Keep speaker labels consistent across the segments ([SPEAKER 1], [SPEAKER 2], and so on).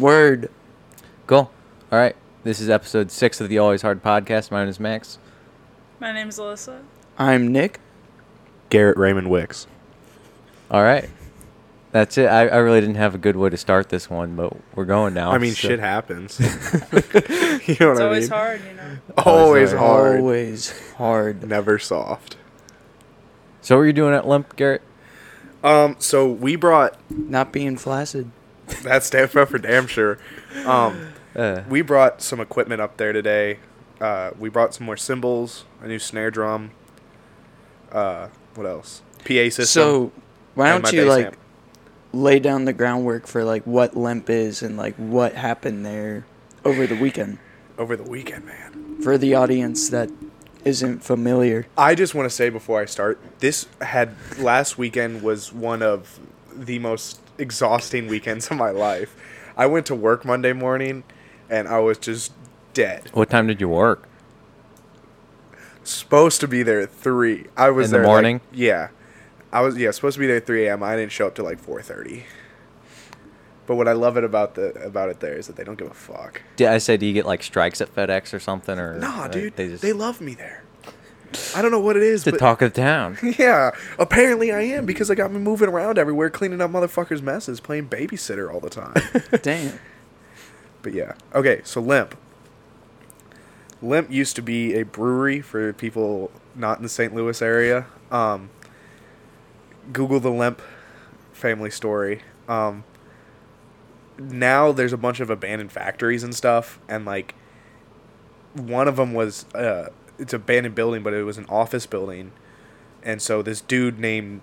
[SPEAKER 1] Word.
[SPEAKER 2] Cool. All right. This is episode six of the Always Hard podcast. My name is Max.
[SPEAKER 3] My name's Alyssa.
[SPEAKER 1] I'm Nick.
[SPEAKER 4] Garrett Raymond Wicks.
[SPEAKER 2] All right. That's it. I, I really didn't have a good way to start this one, but we're going now.
[SPEAKER 4] I mean,
[SPEAKER 2] so-
[SPEAKER 4] Oh, shit happens. you know
[SPEAKER 3] It's
[SPEAKER 4] what I
[SPEAKER 3] always
[SPEAKER 4] mean?
[SPEAKER 3] hard, you know.
[SPEAKER 4] Always
[SPEAKER 2] Always
[SPEAKER 4] hard.
[SPEAKER 1] Always hard.
[SPEAKER 4] Never soft.
[SPEAKER 2] So, what were you doing at Limp, Garrett?
[SPEAKER 4] Um, so we brought
[SPEAKER 1] Not being flaccid.
[SPEAKER 4] that's damn for damn sure. Um,
[SPEAKER 2] Uh,
[SPEAKER 4] we brought some equipment up there today. Uh, we brought some more cymbals, a new snare drum. Uh, what else? PA system.
[SPEAKER 1] So, why
[SPEAKER 4] and my
[SPEAKER 1] don't you
[SPEAKER 4] bass
[SPEAKER 1] like
[SPEAKER 4] amp.
[SPEAKER 1] lay down the groundwork for like what limp is and like what happened there over the weekend
[SPEAKER 4] over the weekend, man?
[SPEAKER 1] for the audience that isn't familiar?
[SPEAKER 4] I just want to say before I start, this had last weekend was one of the most exhausting weekends of my life. I went to work Monday morning and I was just dead.
[SPEAKER 2] what time did you work?
[SPEAKER 4] Supposed to be there at three. I was
[SPEAKER 2] In the
[SPEAKER 4] there, like-
[SPEAKER 2] morning?
[SPEAKER 4] yeah, I was yeah supposed to be there at three a.m. I didn't show up till like four thirty. But what I love it about the about it there is that they don't give a fuck.
[SPEAKER 2] Did I say, do you get like strikes at FedEx or something? Or
[SPEAKER 4] Nah,
[SPEAKER 2] like,
[SPEAKER 4] dude,
[SPEAKER 2] they
[SPEAKER 4] they,
[SPEAKER 2] just
[SPEAKER 4] love me there. I don't know what it is,
[SPEAKER 2] the
[SPEAKER 4] but
[SPEAKER 2] talk of the town.
[SPEAKER 4] Yeah, apparently I am because I got me moving around everywhere, cleaning up motherfuckers' messes, playing babysitter all the time.
[SPEAKER 1] Damn.
[SPEAKER 4] but yeah, okay. So Limp. Limp used to be a brewery for people not in the St. Louis area. Um, Google the Limp family story. Um, now there's a bunch of abandoned factories and stuff, and like one of them was uh, it's an abandoned building, but it was an office building, and so this dude named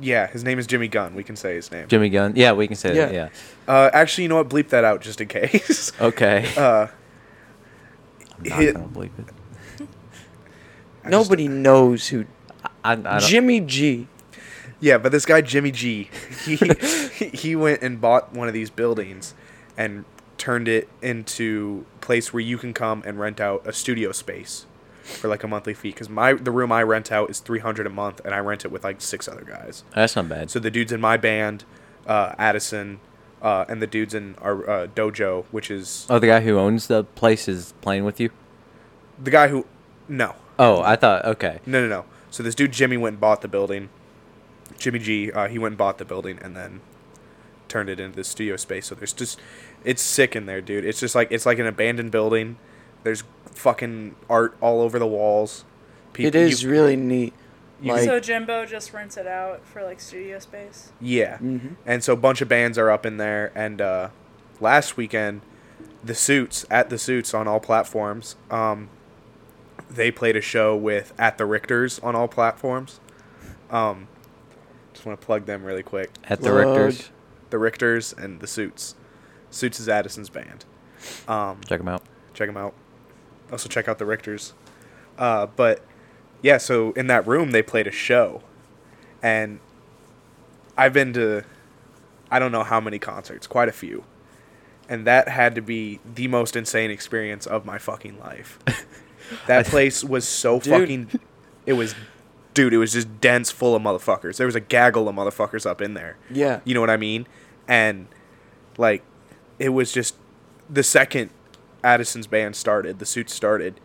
[SPEAKER 4] yeah, his name is Jimmy Gunn. We can say his name.
[SPEAKER 2] Jimmy Gunn. Yeah, we can say that.
[SPEAKER 1] Yeah.
[SPEAKER 2] Yeah.
[SPEAKER 4] Uh, actually, you know what? Bleep that out just in case.
[SPEAKER 2] Okay.
[SPEAKER 4] Uh,
[SPEAKER 2] I'm not
[SPEAKER 4] hit-
[SPEAKER 2] gonna believe it.
[SPEAKER 4] I just-
[SPEAKER 1] Nobody knows who
[SPEAKER 2] I, I don't,
[SPEAKER 1] Jimmy G.
[SPEAKER 4] yeah, but this guy Jimmy G, he he went and bought one of these buildings and turned it into a place where you can come and rent out a studio space for like a monthly fee. Because my the room I rent out is three hundred a month, and I rent it with like six other guys.
[SPEAKER 2] that's not bad.
[SPEAKER 4] So the dudes in my band, uh, Addison, uh, and the dudes in our uh, dojo, which is
[SPEAKER 2] oh, the guy who owns the place is playing with you.
[SPEAKER 4] the guy who, no,
[SPEAKER 2] Oh, I thought okay.
[SPEAKER 4] No, no, no. So this dude Jimmy went and bought the building. Jimmy G, uh, he went and bought the building and then turned it into the studio space. So there's just, it's sick in there, dude. It's just like it's like an abandoned building. There's fucking art all over the walls. People,
[SPEAKER 1] It is
[SPEAKER 4] you-
[SPEAKER 1] really neat. Like
[SPEAKER 3] so Jimbo just rents it out for like studio space.
[SPEAKER 4] yeah.
[SPEAKER 1] Mhm.
[SPEAKER 4] And so a bunch of bands are up in there. And uh, last weekend, the Suits at the Suits on all platforms. Um, they played a show with at the Richters on all platforms. Um, just want to plug them really quick.
[SPEAKER 2] At the
[SPEAKER 1] Plug.
[SPEAKER 2] Richters,
[SPEAKER 4] The Richters and the Suits. Suits is Addison's band. Um,
[SPEAKER 2] check him out.
[SPEAKER 4] check them out. Also check out the Richters. Uh, but yeah, so in that room they played a show, and I've been to I don't know how many concerts, quite a few, and that had to be the most insane experience of my fucking life. That place was so fucking. It was, dude. It was just dense, full of motherfuckers. There was a gaggle of motherfuckers up in there.
[SPEAKER 1] yeah.
[SPEAKER 4] You know what I mean? And like it was just the second Addison's band started, the suits started,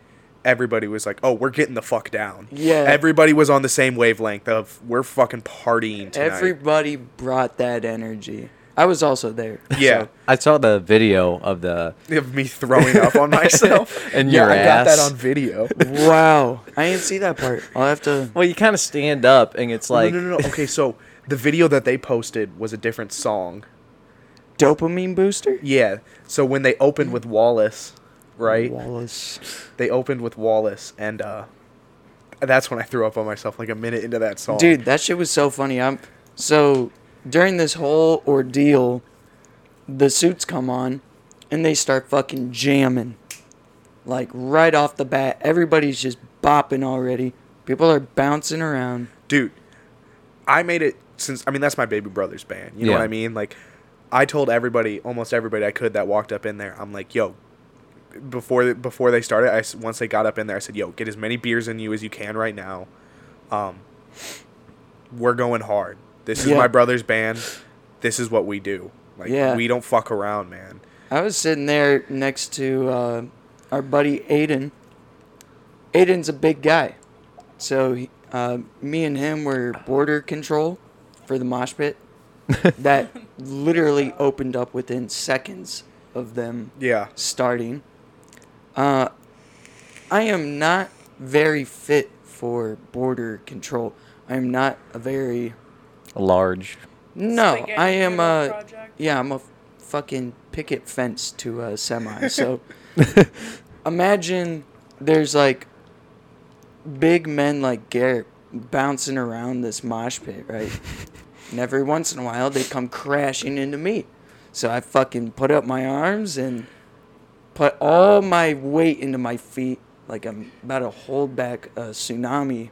[SPEAKER 4] everybody was like, "Oh, we're getting the fuck down."
[SPEAKER 1] Yeah.
[SPEAKER 4] Everybody was on the same wavelength of we're fucking partying tonight.
[SPEAKER 1] Everybody brought that energy. I was also there.
[SPEAKER 4] yeah.
[SPEAKER 2] I saw the video of the
[SPEAKER 4] Of me throwing up on myself.
[SPEAKER 2] and
[SPEAKER 4] yeah,
[SPEAKER 2] your
[SPEAKER 4] I
[SPEAKER 2] ass.
[SPEAKER 4] got that on video.
[SPEAKER 1] so- Wow. I didn't see that part. I'll have to
[SPEAKER 2] Well, you kind of stand up and it's like
[SPEAKER 4] no, no, no, no. Okay, so the video that they posted was a different song.
[SPEAKER 1] dopamine booster?
[SPEAKER 4] Yeah. So when they opened with Wallace, right?
[SPEAKER 1] Wallace.
[SPEAKER 4] they opened with Wallace, and uh, that's when I threw up on myself like a minute into that song.
[SPEAKER 1] Dude, that shit was so funny. I'm so during this whole ordeal, the suits come on and they start fucking jamming. Like right off the bat, everybody's just bopping already. People are bouncing around.
[SPEAKER 4] dude, I made it since I mean that's my baby brother's band. You know
[SPEAKER 2] Yeah.
[SPEAKER 4] what I mean? Like, I told everybody, almost everybody I could that walked up in there, I'm like, yo. Before before they started, I s- once they got up in there, I said, yo, get as many beers in you as you can right now. Um, we're going hard. This is
[SPEAKER 1] Yeah.
[SPEAKER 4] my brother's band. This is what we do. Like
[SPEAKER 1] Yeah.
[SPEAKER 4] we don't fuck around, man.
[SPEAKER 1] I was sitting there next to uh, our buddy Aiden. Aiden's a big guy, so he- uh, me and him were border control for the mosh pit. that literally opened up within seconds of them
[SPEAKER 4] Yeah.
[SPEAKER 1] starting. Uh, I am not very fit for border control. I am not a very
[SPEAKER 2] Large.
[SPEAKER 1] no.
[SPEAKER 3] Spaghetti
[SPEAKER 1] I am uh,
[SPEAKER 3] noodle
[SPEAKER 4] uh,
[SPEAKER 1] a
[SPEAKER 3] project?
[SPEAKER 1] yeah. I'm a fucking picket fence to a semi. So imagine there's like big men like Garrett bouncing around this mosh pit, right? and every once in a while they come crashing into me. So I fucking put up my arms and put all my weight into my feet like I'm about to hold back a tsunami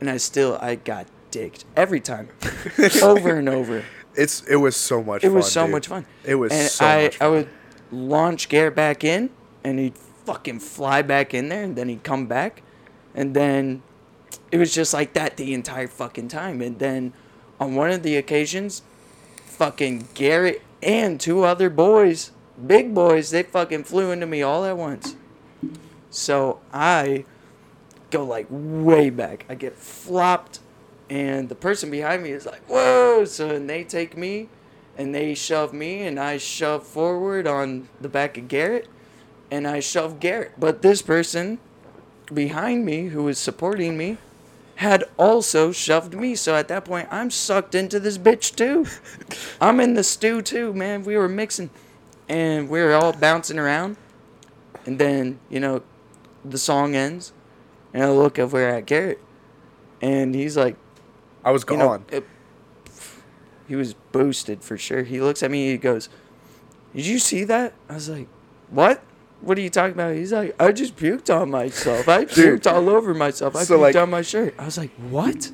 [SPEAKER 1] and I still I got dicked every time. over and over.
[SPEAKER 4] It's it was so much
[SPEAKER 1] It
[SPEAKER 4] fun.
[SPEAKER 1] was so
[SPEAKER 4] dude.
[SPEAKER 1] much fun.
[SPEAKER 4] It was
[SPEAKER 1] and
[SPEAKER 4] so
[SPEAKER 1] I,
[SPEAKER 4] much fun.
[SPEAKER 1] I would launch Garrett back in, and he'd fucking fly back in there, and then he'd come back, and then it was just like that the entire fucking time. And then on one of the occasions, fucking Garrett and two other boys, big boys, they fucking flew into me all at once. So I go like way back. I get flopped, and the person behind me is like, "Whoa!" So and they take me, and they shove me, and I shove forward on the back of Garrett, and I shove Garrett. But this person behind me, who was supporting me, had also shoved me. So at that point, I'm sucked into this bitch too. I'm in the stew too, man. We were mixing, and we were all bouncing around, and then you know, the song ends. And I look over at Garrett, and he's like,
[SPEAKER 4] I was
[SPEAKER 1] you
[SPEAKER 4] gone.
[SPEAKER 1] know, it- he was boosted for sure. He looks at me, he goes, "Did you see that?" I was like, "What? What are you talking about?" He's like, "I just puked on myself. I
[SPEAKER 4] Dude.
[SPEAKER 1] puked all over myself. I
[SPEAKER 4] So,
[SPEAKER 1] puked
[SPEAKER 4] like-
[SPEAKER 1] on my shirt." I was like, "What?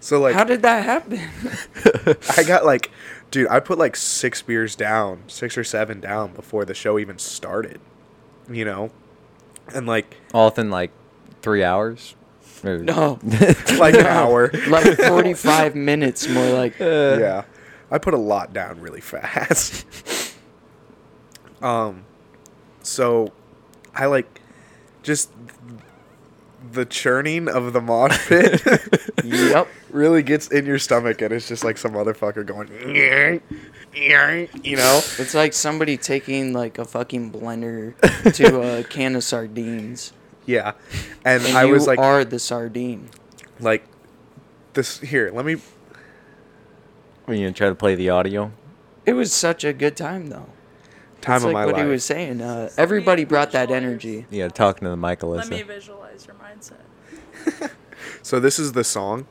[SPEAKER 4] so like
[SPEAKER 1] How did that happen?"
[SPEAKER 4] I got like, dude, I put like six beers down, six or seven down before the show even started, you know, and like
[SPEAKER 2] All within like three hours. Or-
[SPEAKER 1] No,
[SPEAKER 4] like an hour.
[SPEAKER 1] like forty-five minutes more. Like,
[SPEAKER 4] yeah, I put a lot down really fast. um, so I like just the churning of the mosh pit
[SPEAKER 1] yep.
[SPEAKER 4] really gets in your stomach, and it's just like some motherfucker going, you know.
[SPEAKER 1] It's like somebody taking like a fucking blender to a can of sardines,
[SPEAKER 4] Yeah, and,
[SPEAKER 1] and
[SPEAKER 4] I
[SPEAKER 1] you
[SPEAKER 4] was like,
[SPEAKER 1] are the sardine.
[SPEAKER 4] like this here. Let me.
[SPEAKER 2] Are you gonna try to play the audio?
[SPEAKER 1] It was such a good time though.
[SPEAKER 4] Time
[SPEAKER 1] It's
[SPEAKER 4] of
[SPEAKER 1] like
[SPEAKER 4] my
[SPEAKER 1] what
[SPEAKER 4] life.
[SPEAKER 1] he was saying. Uh, everybody brought that
[SPEAKER 3] visualize.
[SPEAKER 1] energy.
[SPEAKER 2] Yeah, talking to the mic,
[SPEAKER 3] Let me
[SPEAKER 2] Alyssa.
[SPEAKER 3] visualize your mindset.
[SPEAKER 4] So this is the song.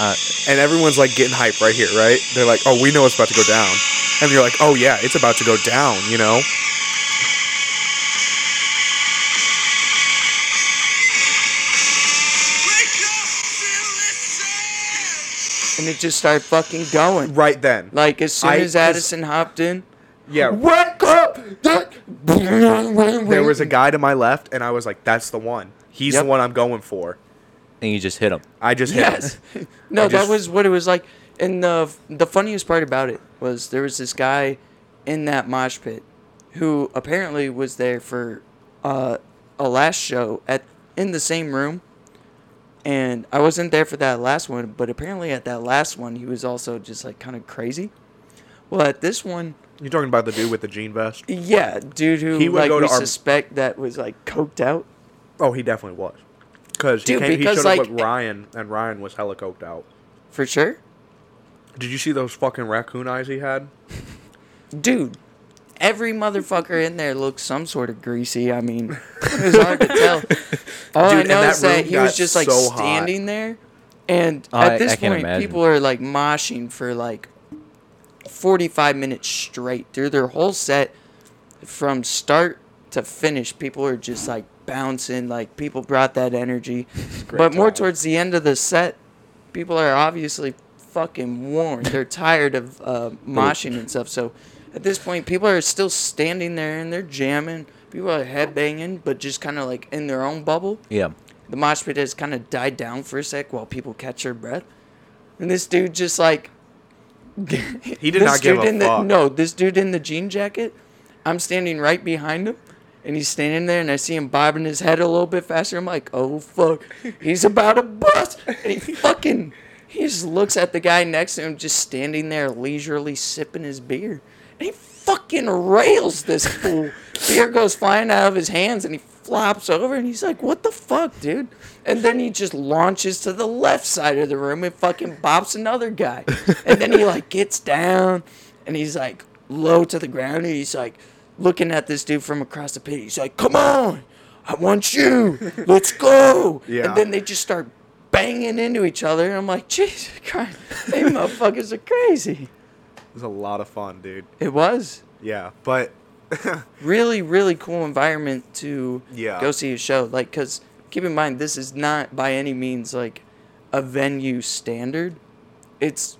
[SPEAKER 2] Uh,
[SPEAKER 4] And everyone's like getting hype right here, right? They're like, "Oh, we know it's about to go down," and you're like, "Oh yeah, it's about to go down," you know.
[SPEAKER 1] And it just started fucking going.
[SPEAKER 4] Right then,
[SPEAKER 1] Like, as soon
[SPEAKER 4] I-
[SPEAKER 1] as Addison hopped in,
[SPEAKER 4] yeah,
[SPEAKER 1] wake up!
[SPEAKER 4] there
[SPEAKER 1] There
[SPEAKER 4] was a guy to my left, and I was like, "That's the one. He's
[SPEAKER 1] Yep.
[SPEAKER 4] the one I'm going for."
[SPEAKER 2] and you just hit him.
[SPEAKER 4] I just hit him.
[SPEAKER 1] Yes. No,
[SPEAKER 4] I just-
[SPEAKER 1] that was what it was like. And the the funniest part about it was there was this guy in that mosh pit who apparently was there for uh, a last show at in the same room. And I wasn't there for that last one, but apparently at that last one he was also just like kind of crazy. Well, at this one,
[SPEAKER 4] You're talking about the dude with the jean vest?
[SPEAKER 1] yeah, dude who
[SPEAKER 4] He would
[SPEAKER 1] like
[SPEAKER 4] go
[SPEAKER 1] we
[SPEAKER 4] to our-
[SPEAKER 1] suspect that was like coked out.
[SPEAKER 4] Oh, he definitely was. Cause he,
[SPEAKER 1] Dude,
[SPEAKER 4] came,
[SPEAKER 1] because,
[SPEAKER 4] he showed
[SPEAKER 1] like-
[SPEAKER 4] up with Ryan, and Ryan was hella coked out.
[SPEAKER 1] For sure.
[SPEAKER 4] Did you see those fucking raccoon eyes he had?
[SPEAKER 1] dude, every motherfucker in there looks some sort of greasy. I mean, it was hard to tell. All
[SPEAKER 4] Dude,
[SPEAKER 1] I
[SPEAKER 4] and
[SPEAKER 1] know
[SPEAKER 4] that
[SPEAKER 1] is that
[SPEAKER 4] room
[SPEAKER 1] he was
[SPEAKER 4] got
[SPEAKER 1] just like
[SPEAKER 4] so hot.
[SPEAKER 1] standing there, and
[SPEAKER 2] I-
[SPEAKER 1] at this
[SPEAKER 2] I can
[SPEAKER 1] point,
[SPEAKER 2] imagine.
[SPEAKER 1] people are like moshing for like forty-five minutes straight through their whole set, from start to finish. People are just like bouncing, like people brought that energy,
[SPEAKER 4] great
[SPEAKER 1] but more
[SPEAKER 4] time.
[SPEAKER 1] towards the end of the set, people are obviously fucking worn. They're tired of uh, moshing and stuff. So at At this point, people are still standing there and they're jamming. People are headbanging, but just kind of like in their own bubble.
[SPEAKER 2] Yeah.
[SPEAKER 1] The mosh pit has kind of died down for a sec while people catch their breath. And this dude just like.
[SPEAKER 4] He did not give a
[SPEAKER 1] in the,
[SPEAKER 4] fuck.
[SPEAKER 1] No, this dude in the jean jacket, I'm standing right behind him. And he's standing there, and I see him bobbing his head a little bit faster. I'm like, oh fuck, he's about to bust. And he fucking, he just looks at the guy next to him, just standing there leisurely sipping his beer. And he fucking rails this fool. beer goes flying out of his hands, and he flops over, and he's like, what the fuck, dude? And then he just launches to the left side of the room and fucking bops another guy. And then he like gets down, and he's like low to the ground, and he's like, looking at this dude from across the pit. He's like, "Come on, I want you. Let's go!"
[SPEAKER 4] Yeah.
[SPEAKER 1] And then they just start banging into each other, and I'm like, "Jesus Christ, they motherfuckers are crazy."
[SPEAKER 4] It was a lot of fun, dude.
[SPEAKER 1] It was
[SPEAKER 4] Yeah, but
[SPEAKER 1] really, really cool environment to
[SPEAKER 4] Yeah.
[SPEAKER 1] go see a show. Like, cause keep in mind, this is not by any means like a venue standard. It's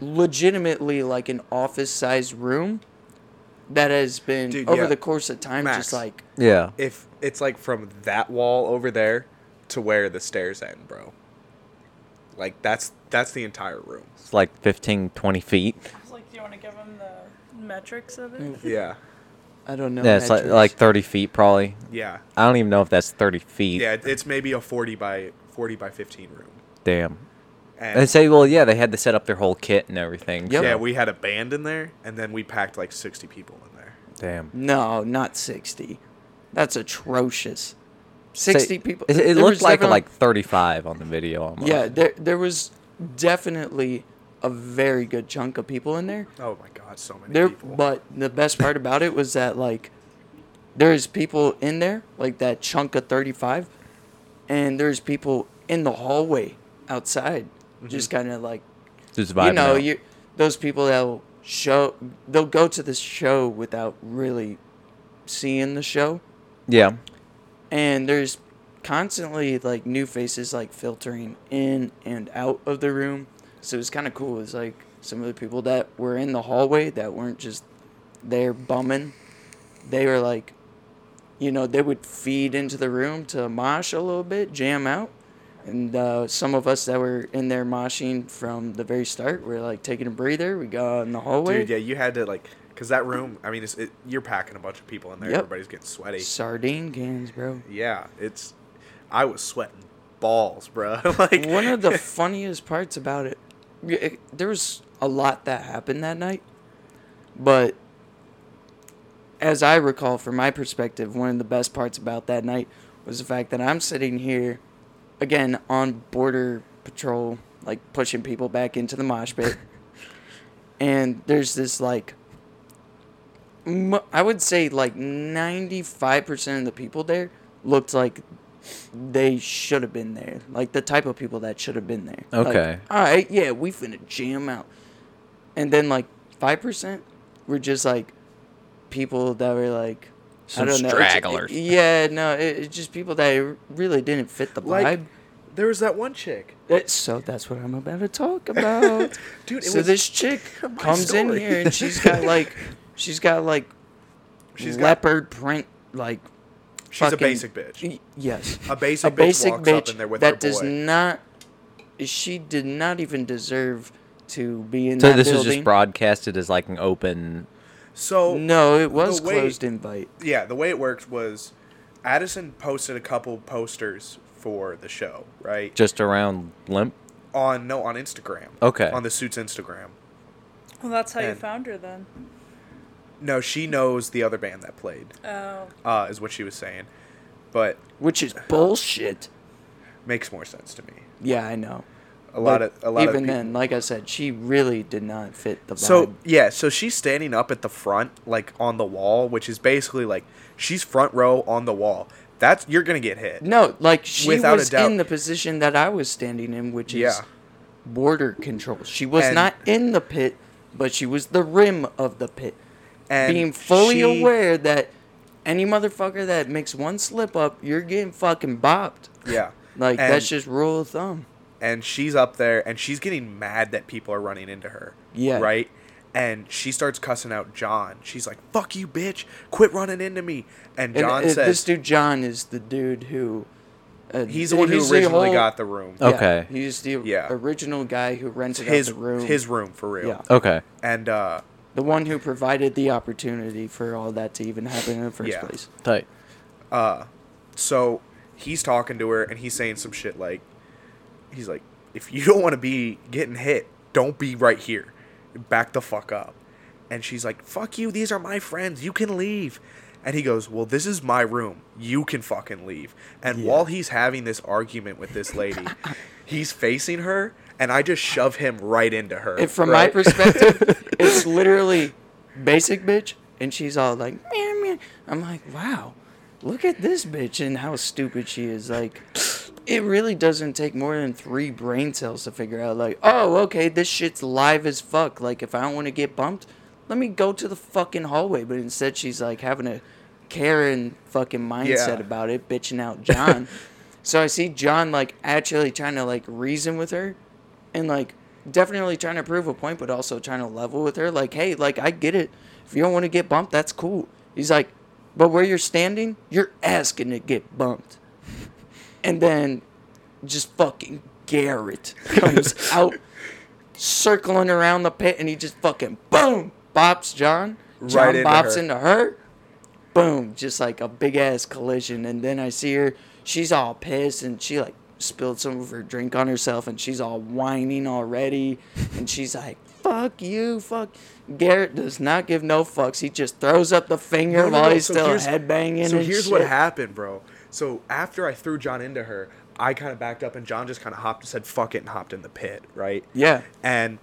[SPEAKER 1] legitimately like an office-sized room that has been
[SPEAKER 4] Dude,
[SPEAKER 1] over
[SPEAKER 4] yeah.
[SPEAKER 1] the course of time
[SPEAKER 4] Max.
[SPEAKER 1] just like
[SPEAKER 2] Yeah.
[SPEAKER 4] if it's like from that wall over there to where the stairs end, bro. Like that's that's the entire room.
[SPEAKER 2] It's like 15, 20 feet.
[SPEAKER 3] I was like, do you want to give him the metrics of it?
[SPEAKER 4] Yeah.
[SPEAKER 1] I don't know.
[SPEAKER 2] yeah, it's like,
[SPEAKER 1] metrics.
[SPEAKER 2] like 30 feet probably.
[SPEAKER 4] Yeah.
[SPEAKER 2] I don't even know if that's 30 feet.
[SPEAKER 4] Yeah, it- it's maybe a 40 by 40 by 15 room.
[SPEAKER 2] Damn.
[SPEAKER 4] And,
[SPEAKER 2] And say, well, yeah, they had to set up their whole kit and everything.
[SPEAKER 1] Yep.
[SPEAKER 4] yeah, we had a band in there and then we packed like 60 people in there.
[SPEAKER 2] Damn.
[SPEAKER 1] no, not sixty. That's atrocious. Sixty
[SPEAKER 2] Say-
[SPEAKER 1] people.
[SPEAKER 2] It, it
[SPEAKER 1] there
[SPEAKER 2] looked
[SPEAKER 1] was
[SPEAKER 2] like
[SPEAKER 1] definitely-
[SPEAKER 2] like 35 on the video almost.
[SPEAKER 1] yeah. There there was definitely a very good chunk of people in there.
[SPEAKER 4] Oh my god, so many
[SPEAKER 1] There,
[SPEAKER 4] people.
[SPEAKER 1] but the best part about it was that like there's people in there like that chunk of thirty five, and there's people in the hallway outside, just kind of like
[SPEAKER 2] Just Mm-hmm. vibing
[SPEAKER 1] you know,
[SPEAKER 2] out.
[SPEAKER 1] you those people that will show they'll go to the show without really seeing the show,
[SPEAKER 2] Yeah.
[SPEAKER 1] and there's constantly like new faces like filtering in and out of the room, so it's kind of cool. It's like some of the people that were in the hallway that weren't just there bumming, they were like, you know, they would feed into the room to mosh a little bit, jam out. And uh, some of us that were in there moshing from the very start were like taking a breather. We got in the hallway.
[SPEAKER 4] Dude, yeah, you had to like cuz that room, I mean, it's, it, you're packing a bunch of people in there.
[SPEAKER 1] Yep.
[SPEAKER 4] Everybody's getting sweaty.
[SPEAKER 1] Sardine cans, bro.
[SPEAKER 4] Yeah, it's I was sweating balls, bro. like
[SPEAKER 1] One of the funniest parts about it, y- it, there was a lot that happened that night, but as I recall from my perspective, one of the best parts about that night was the fact that I'm sitting here, again on border patrol, like pushing people back into the mosh pit, and there's this like. mo- I would say like 95% of the people there looked like they should have been there. Like the type of people that should have been there. Like,
[SPEAKER 2] Okay.
[SPEAKER 1] all right, yeah, we finna jam out. And then like five percent were just like people that were like
[SPEAKER 2] Some
[SPEAKER 1] I don't know. it's-
[SPEAKER 2] stragglers.
[SPEAKER 1] yeah, no, it, it's just people that really didn't fit the vibe.
[SPEAKER 4] like there was that one chick.
[SPEAKER 1] That- so that's what I'm about to talk about.
[SPEAKER 4] Dude, it
[SPEAKER 1] so
[SPEAKER 4] was-
[SPEAKER 1] this chick comes in
[SPEAKER 4] story.
[SPEAKER 1] here and she's got like, she's got like
[SPEAKER 4] She's got-
[SPEAKER 1] leopard print like.
[SPEAKER 4] She's a
[SPEAKER 1] fucking-
[SPEAKER 4] basic bitch.
[SPEAKER 1] y- Yes.
[SPEAKER 4] A basic bitch walks up in there with
[SPEAKER 1] that
[SPEAKER 4] her
[SPEAKER 1] does
[SPEAKER 4] boy.
[SPEAKER 1] not. She did not even deserve to be in
[SPEAKER 2] So
[SPEAKER 1] that
[SPEAKER 2] this
[SPEAKER 1] building.
[SPEAKER 2] was just broadcasted as like an open.
[SPEAKER 4] So
[SPEAKER 1] No, it was
[SPEAKER 4] The way-
[SPEAKER 1] closed invite.
[SPEAKER 4] yeah, the way it worked was Addison posted a couple posters for the show, right?
[SPEAKER 2] Just around limp.
[SPEAKER 4] on no, on Instagram.
[SPEAKER 2] Okay.
[SPEAKER 4] On the suits Instagram.
[SPEAKER 3] Well, that's how you
[SPEAKER 4] And-
[SPEAKER 3] found her then.
[SPEAKER 4] No, she knows the other band that played.
[SPEAKER 3] Oh,
[SPEAKER 4] Uh, is what she was saying, but
[SPEAKER 1] Which is bullshit.
[SPEAKER 4] makes more sense to me.
[SPEAKER 1] Yeah, I know.
[SPEAKER 4] A lot
[SPEAKER 1] But
[SPEAKER 4] of a lot
[SPEAKER 1] even
[SPEAKER 4] of people,
[SPEAKER 1] then, like I said, she really did not fit the vibe.
[SPEAKER 4] So yeah, so she's standing up at the front, like on the wall, which is basically like she's front row on the wall. That's you're gonna get hit.
[SPEAKER 1] No, like she
[SPEAKER 4] Without a
[SPEAKER 1] was
[SPEAKER 4] doubt.
[SPEAKER 1] in the position that I was standing in, which is
[SPEAKER 4] Yeah.
[SPEAKER 1] border control. She was
[SPEAKER 4] And-
[SPEAKER 1] not in the pit, but she was the rim of the pit.
[SPEAKER 4] And
[SPEAKER 1] Being fully
[SPEAKER 4] she-
[SPEAKER 1] aware that any motherfucker that makes one slip up, you're getting fucking bopped.
[SPEAKER 4] Yeah.
[SPEAKER 1] Like
[SPEAKER 4] And-
[SPEAKER 1] that's just rule of thumb.
[SPEAKER 4] and she's up there and she's getting mad that people are running into her.
[SPEAKER 1] Yeah.
[SPEAKER 4] Right? and she starts cussing out John. She's like, "Fuck you, bitch! Quit running into me!" And
[SPEAKER 1] And
[SPEAKER 4] John
[SPEAKER 1] uh,
[SPEAKER 4] says,
[SPEAKER 1] this dude John is the dude who. Uh,
[SPEAKER 4] "He's the one who originally got the room.
[SPEAKER 2] Oh, Okay.
[SPEAKER 1] he's the
[SPEAKER 4] Yeah.
[SPEAKER 1] original guy who rented out
[SPEAKER 4] his
[SPEAKER 1] the room.
[SPEAKER 4] his room for real."
[SPEAKER 1] Yeah.
[SPEAKER 2] Okay.
[SPEAKER 4] And uh,
[SPEAKER 1] the one who provided the opportunity for all that to even happen in the first
[SPEAKER 4] Yeah.
[SPEAKER 1] place.
[SPEAKER 2] Tight.
[SPEAKER 4] so he's talking to her, and he's saying some shit like, "He's like, if you don't want to be getting hit, don't be right here. Back the fuck up." And she's like, "Fuck you! These are my friends. You can leave." And he goes, "Well, this is my room. You can fucking leave." And while he's having this argument with this lady, he's facing her, and I just shove him right into her.
[SPEAKER 1] And from my
[SPEAKER 4] right?
[SPEAKER 1] perspective, it's literally basic bitch, and she's all like, meow, meow. I'm like, wow, look at this bitch and how stupid she is. Like, it really doesn't take more than three brain cells to figure out, like, oh, okay, this shit's live as fuck. Like, if I don't want to get bumped, let me go to the fucking hallway. But instead, she's like having a Karen fucking mindset
[SPEAKER 4] Yeah.
[SPEAKER 1] about it, bitching out John. so I see John, like, actually trying to, like, reason with her and like definitely trying to prove a point, but also trying to level with her. Like, hey, like I get it. If you don't want to get bumped, that's cool. He's like, but where you're standing, you're asking to get bumped. And then just fucking Garrett comes out circling around the pit and he just fucking boom bops John. John
[SPEAKER 4] Right into
[SPEAKER 1] bops
[SPEAKER 4] her.
[SPEAKER 1] into her. Boom. Just like a big ass collision. And then I see her, she's all pissed and she like spilled some of her drink on herself and she's all whining already. And she's like, Fuck you, fuck Garrett does not give no fucks. He just throws up the finger
[SPEAKER 4] No, no,
[SPEAKER 1] while
[SPEAKER 4] no.
[SPEAKER 1] he's
[SPEAKER 4] So
[SPEAKER 1] still
[SPEAKER 4] here's-
[SPEAKER 1] headbanging.
[SPEAKER 4] So
[SPEAKER 1] and
[SPEAKER 4] here's what
[SPEAKER 1] shit.
[SPEAKER 4] happened, bro. So after I threw John into her, I kind of backed up, and John just kind of hopped and said "fuck it" and hopped in the pit, right?
[SPEAKER 1] Yeah.
[SPEAKER 4] And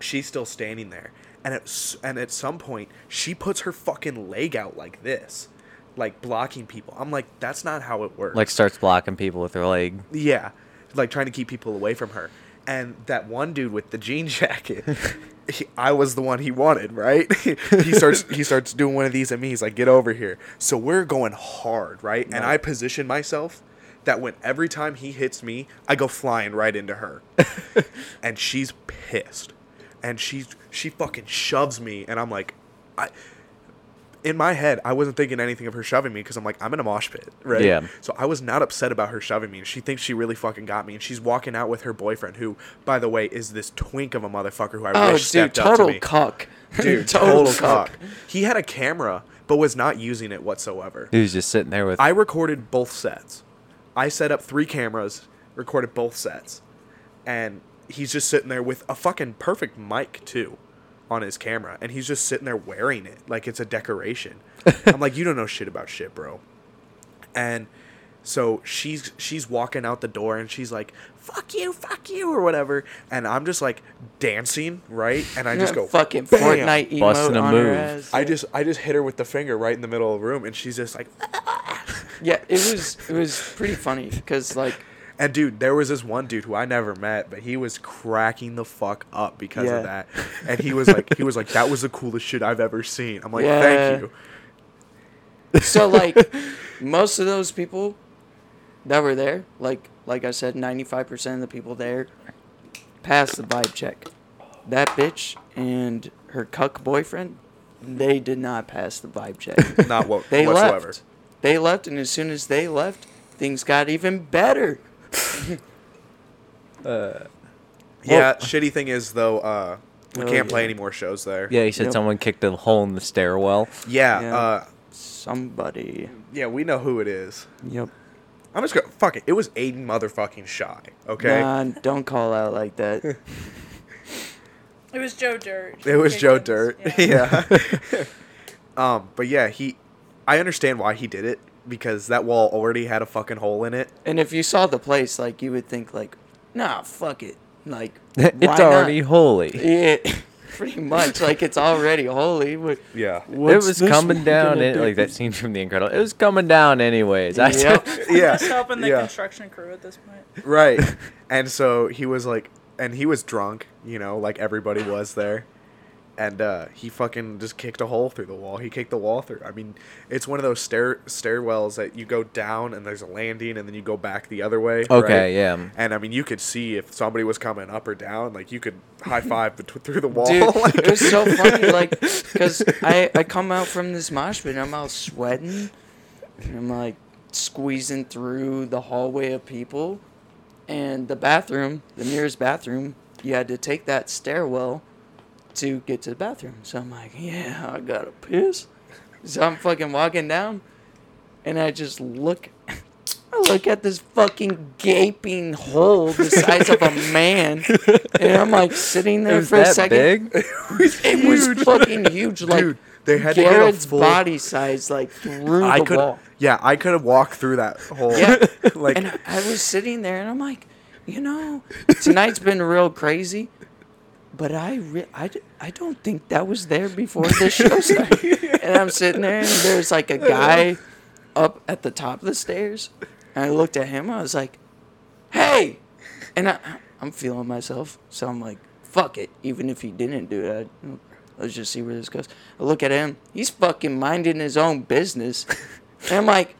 [SPEAKER 4] she's still standing there, and at s- and at some point she puts her fucking leg out like this, like blocking people. I'm like, that's not how it works.
[SPEAKER 2] Like starts blocking people with their leg.
[SPEAKER 4] Yeah, like trying to keep people away from her. And that one dude with the jean jacket, he, I was the one he wanted, right? he starts he starts doing one of these at me. He's like, "Get over here!" So we're going hard, right? And I position myself that when every time he hits me, I go flying right into her, and she's pissed, and she's she fucking shoves me, and I'm like, I. In my head, I wasn't thinking anything of her shoving me because I'm like, I'm in a mosh pit, right?
[SPEAKER 2] Yeah.
[SPEAKER 4] So I was not upset about her shoving me, and she thinks she really fucking got me. And she's walking out with her boyfriend, who, by the way, is this twink of a motherfucker who I
[SPEAKER 1] Oh,
[SPEAKER 4] wish
[SPEAKER 1] dude,
[SPEAKER 4] stepped
[SPEAKER 1] total
[SPEAKER 4] up to me.
[SPEAKER 1] cuck.
[SPEAKER 4] Dude, total cock. He had a camera, but was not using it whatsoever.
[SPEAKER 2] He was just sitting there with.
[SPEAKER 4] I recorded both sets. I set up three cameras, recorded both sets, and he's just sitting there with a fucking perfect mic too, on his camera, and he's just sitting there wearing it like it's a decoration. I'm like, you don't know shit about shit, bro. And so she's she's walking out the door, and she's like, "Fuck you, fuck you," or whatever. And I'm just like dancing, right? And I just go
[SPEAKER 1] fucking
[SPEAKER 4] "Bam!"
[SPEAKER 1] Fortnite emote
[SPEAKER 2] Busting a
[SPEAKER 1] on her
[SPEAKER 2] move.
[SPEAKER 1] ass.
[SPEAKER 4] I just I just hit her with the finger right in the middle of the room, and she's just like,
[SPEAKER 1] yeah, it was it was pretty funny because like
[SPEAKER 4] And dude, there was this one dude who I never met, but he was cracking the fuck up because
[SPEAKER 1] Yeah.
[SPEAKER 4] of that. And he was like, he was like, that was the coolest shit I've ever seen. I'm like,
[SPEAKER 1] Yeah.
[SPEAKER 4] thank you.
[SPEAKER 1] so like most of those people that were there, like like I said, ninety five percent of the people there passed the vibe check. That bitch and her cuck boyfriend, they did not pass the vibe check.
[SPEAKER 4] Not what
[SPEAKER 1] They
[SPEAKER 4] whatsoever.
[SPEAKER 1] left. They left, and as soon as they left, things got even better.
[SPEAKER 4] Yeah. shitty thing is though, uh, we
[SPEAKER 1] Oh,
[SPEAKER 4] can't play
[SPEAKER 1] yeah.
[SPEAKER 4] any more shows there.
[SPEAKER 2] yeah, he said
[SPEAKER 1] Yep.
[SPEAKER 2] someone kicked a hole in the stairwell.
[SPEAKER 4] Yeah.
[SPEAKER 1] Yeah.
[SPEAKER 4] Uh,
[SPEAKER 1] Somebody.
[SPEAKER 4] yeah. We know who it is.
[SPEAKER 1] Yep.
[SPEAKER 4] I'm just gonna fuck it. It was Aiden motherfucking shy. Okay.
[SPEAKER 1] Nah, don't call out like that.
[SPEAKER 3] It was Joe Dirt.
[SPEAKER 4] It was
[SPEAKER 3] Kicked
[SPEAKER 4] Joe
[SPEAKER 3] him.
[SPEAKER 4] Dirt.
[SPEAKER 3] Yeah.
[SPEAKER 4] Yeah. um, but yeah, he. I understand why he did it because that wall already had a fucking hole in it.
[SPEAKER 1] And if you saw the place, like you would think, like, nah, fuck it, like why
[SPEAKER 2] it's
[SPEAKER 1] not?
[SPEAKER 2] already holy.
[SPEAKER 1] yeah, pretty much like it's already holy. What,
[SPEAKER 4] Yeah.
[SPEAKER 1] what's
[SPEAKER 2] it was
[SPEAKER 1] this
[SPEAKER 2] coming
[SPEAKER 1] one
[SPEAKER 2] down.
[SPEAKER 1] gonna
[SPEAKER 2] It,
[SPEAKER 1] do?
[SPEAKER 2] like that scene from The Incredible. It was coming down anyways. I
[SPEAKER 1] Yep.
[SPEAKER 3] I'm
[SPEAKER 4] Yeah.
[SPEAKER 3] just helping the
[SPEAKER 4] Yeah.
[SPEAKER 3] construction crew at this point.
[SPEAKER 4] Right. and so he was like, and he was drunk, you know, like everybody was there. and uh, he fucking just kicked a hole through the wall. He kicked the wall through. I mean, it's one of those stair stairwells that you go down and there's a landing, and then you go back the other way.
[SPEAKER 2] Okay,
[SPEAKER 4] right?
[SPEAKER 2] yeah.
[SPEAKER 4] And I mean, you could see if somebody was coming up or down. Like you could high five betw- through the wall.
[SPEAKER 1] Dude,
[SPEAKER 4] like,
[SPEAKER 1] it was so funny, like, because I, I come out from this mosh pit and I'm out sweating. And I'm, like, squeezing through the hallway of people. And the bathroom, the nearest bathroom, you had to take that stairwell to get to the bathroom. So I'm like, yeah, I gotta piss. So I'm fucking walking down. And I just look. I look at this fucking gaping hole the size of a man, and I'm like sitting there
[SPEAKER 2] Is
[SPEAKER 1] for a
[SPEAKER 2] that
[SPEAKER 1] second.
[SPEAKER 2] big?
[SPEAKER 1] It was fucking huge. Like
[SPEAKER 4] Dude, they had to get a
[SPEAKER 1] Garrett's
[SPEAKER 4] full-
[SPEAKER 1] body size, like through
[SPEAKER 4] I
[SPEAKER 1] the
[SPEAKER 4] could.
[SPEAKER 1] wall.
[SPEAKER 4] Yeah, I could have walked through that hole.
[SPEAKER 1] Yeah,
[SPEAKER 4] like
[SPEAKER 1] and I was sitting there, and I'm like, you know, tonight's been real crazy, but I, re- I, d- I don't think that was there before the show started. and I'm sitting there, and there's like a guy up at the top of the stairs, and I looked at him. I was like, hey, and I, I'm feeling myself, so I'm like, fuck it. Even if he didn't do it, I, let's just see where this goes. I look at him. He's fucking minding his own business. And I'm like,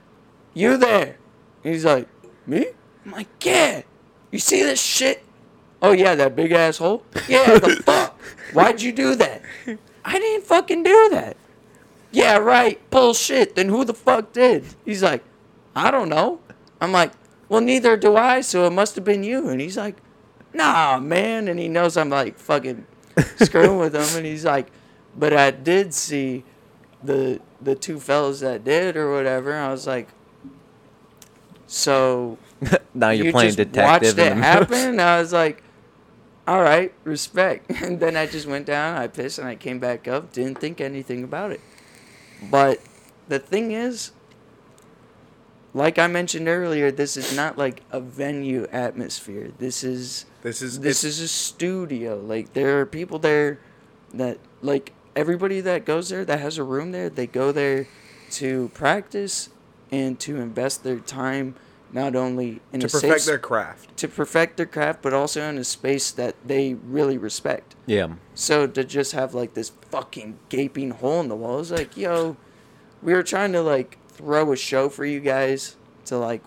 [SPEAKER 1] you there? And he's like, me? I'm like, yeah. You see this shit? Oh yeah, that big asshole. Yeah, the fuck. Why'd you do that? I didn't fucking do that. Yeah, right. Bullshit. Then who the fuck did? He's like, I don't know. I'm like, well, neither do I. So it must have been you. And he's like, Nah, man. And he knows I'm like fucking screwing with him. And he's like, But I did see the the two fellas that did or whatever. And I was like, So
[SPEAKER 2] now you're
[SPEAKER 1] you
[SPEAKER 2] playing
[SPEAKER 1] just
[SPEAKER 2] detective.
[SPEAKER 1] Watched it
[SPEAKER 2] in the middle.
[SPEAKER 1] happen. and I was like, all right, respect. And then I just went down, I pissed, and I came back up. Didn't think anything about it. But the thing is, like I mentioned earlier, this is not like a venue atmosphere. This is
[SPEAKER 4] this is
[SPEAKER 1] this
[SPEAKER 4] it's-
[SPEAKER 1] is a studio. Like there are people there that like everybody that goes there that has a room there, they go there to practice and to invest their time not only in
[SPEAKER 4] to
[SPEAKER 1] a safe
[SPEAKER 4] perfect
[SPEAKER 1] s-
[SPEAKER 4] their craft.
[SPEAKER 1] to perfect their craft, but also in a space that they really respect.
[SPEAKER 2] Yeah.
[SPEAKER 1] So to just have like this fucking gaping hole in the wall is like, yo, we were trying to like throw a show for you guys to like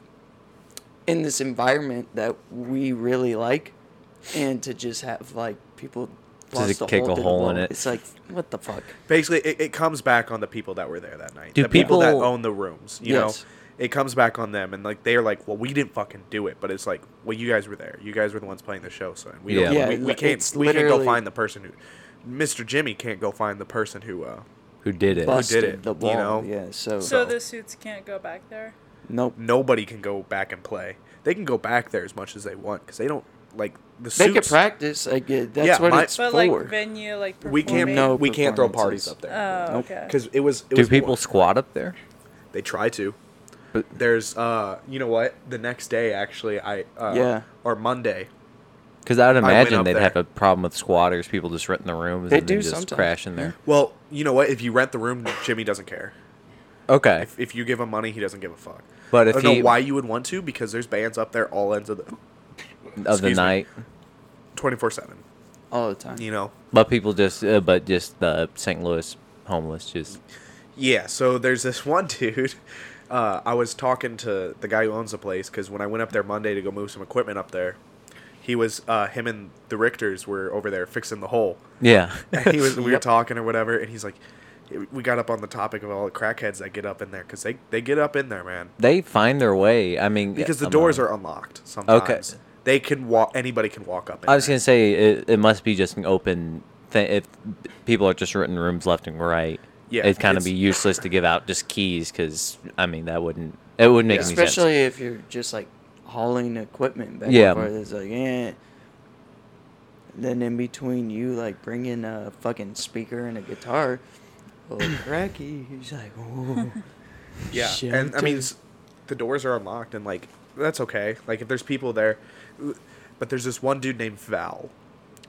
[SPEAKER 1] in this environment that we really like, and to just have like people
[SPEAKER 2] Just
[SPEAKER 1] bust
[SPEAKER 2] kick a
[SPEAKER 1] through the
[SPEAKER 2] hole in
[SPEAKER 1] wall.
[SPEAKER 2] it.
[SPEAKER 1] It's like what the fuck.
[SPEAKER 4] basically it, it comes back on the people that were there that night
[SPEAKER 2] Do
[SPEAKER 4] the people, that
[SPEAKER 2] people-
[SPEAKER 4] own the rooms you
[SPEAKER 1] Yes.
[SPEAKER 4] know it comes back on them and like they're like well we didn't fucking do it but it's like well you guys were there you guys were the ones playing the show so we don't,
[SPEAKER 2] Yeah.
[SPEAKER 4] we,
[SPEAKER 1] Yeah,
[SPEAKER 4] we can't
[SPEAKER 1] it's
[SPEAKER 4] we can't go
[SPEAKER 1] literally-
[SPEAKER 4] find the person who mr jimmy can't go find the person who uh
[SPEAKER 2] Who did it?
[SPEAKER 1] Busted
[SPEAKER 4] it,
[SPEAKER 1] the
[SPEAKER 4] you
[SPEAKER 1] wall.
[SPEAKER 4] know?
[SPEAKER 1] Yeah. So,
[SPEAKER 3] So the suits can't go back there.
[SPEAKER 1] nope.
[SPEAKER 4] nobody can go back and play they can go back there as much as they want because they don't like the
[SPEAKER 1] They could
[SPEAKER 4] suits,
[SPEAKER 1] practice. Like it- that's
[SPEAKER 4] Yeah,
[SPEAKER 1] what
[SPEAKER 4] my-
[SPEAKER 1] it's
[SPEAKER 3] But
[SPEAKER 1] for.
[SPEAKER 3] like venue, like
[SPEAKER 4] we can't
[SPEAKER 3] performing-
[SPEAKER 1] No
[SPEAKER 4] we can't throw
[SPEAKER 1] performances.
[SPEAKER 4] parties up there
[SPEAKER 3] Oh, okay.
[SPEAKER 4] because it was it
[SPEAKER 2] Do
[SPEAKER 4] was
[SPEAKER 2] people
[SPEAKER 4] one-
[SPEAKER 2] squat up there?
[SPEAKER 4] They try to. But
[SPEAKER 2] But-
[SPEAKER 4] there's uh you know what? The next day actually I uh
[SPEAKER 1] Yeah.
[SPEAKER 4] or Monday.
[SPEAKER 2] Because I'd
[SPEAKER 4] went
[SPEAKER 2] imagine
[SPEAKER 4] up
[SPEAKER 2] they'd
[SPEAKER 4] there.
[SPEAKER 2] have a problem with squatters, people just renting the rooms
[SPEAKER 1] They
[SPEAKER 2] and then
[SPEAKER 1] do
[SPEAKER 2] just
[SPEAKER 1] sometimes.
[SPEAKER 2] crash in there.
[SPEAKER 4] Well, you know what? If you rent the room, Jimmy doesn't care.
[SPEAKER 2] Okay.
[SPEAKER 4] If, if you give him money, he doesn't give a fuck.
[SPEAKER 2] But
[SPEAKER 4] I
[SPEAKER 2] if
[SPEAKER 4] don't
[SPEAKER 2] he-
[SPEAKER 4] know why you would want to because there's bands up there all ends of the
[SPEAKER 2] of the
[SPEAKER 4] excuse me.
[SPEAKER 2] night.
[SPEAKER 4] 24/7,
[SPEAKER 1] all the time.
[SPEAKER 4] you know.
[SPEAKER 2] But people just, uh, but just the St. Louis homeless just.
[SPEAKER 4] Yeah, so there's this one dude. Uh, I was talking to the guy who owns the place because when I went up there Monday to go move some equipment up there, he was uh, him and the Richters were over there fixing the hole.
[SPEAKER 2] Yeah.
[SPEAKER 4] and he was we were talking or whatever, and he's like, we got up on the topic of all the crackheads that get up in there because they they get up in there, man,
[SPEAKER 2] they find their way. I mean,
[SPEAKER 4] because the
[SPEAKER 2] I'm
[SPEAKER 4] doors
[SPEAKER 2] not-
[SPEAKER 4] are unlocked sometimes. They can walk. Anybody can walk up. In
[SPEAKER 2] I was
[SPEAKER 4] there.
[SPEAKER 2] gonna say it, it must be just an open thing. If people are just renting rooms left and right,
[SPEAKER 4] Yeah,
[SPEAKER 2] it'd kind of
[SPEAKER 4] it's-
[SPEAKER 2] be useless to give out just keys because I mean that wouldn't it wouldn't make any
[SPEAKER 1] especially if you're just like hauling equipment back
[SPEAKER 2] Yeah.
[SPEAKER 1] and forth. It's like, eh. Then in between you like bringing a fucking speaker and a guitar, little cracky. He's like, oh,
[SPEAKER 4] Yeah,
[SPEAKER 1] Shit.
[SPEAKER 4] and I mean, s- the doors are unlocked, and like that's okay. Like if there's people there, but there's this one dude named Val.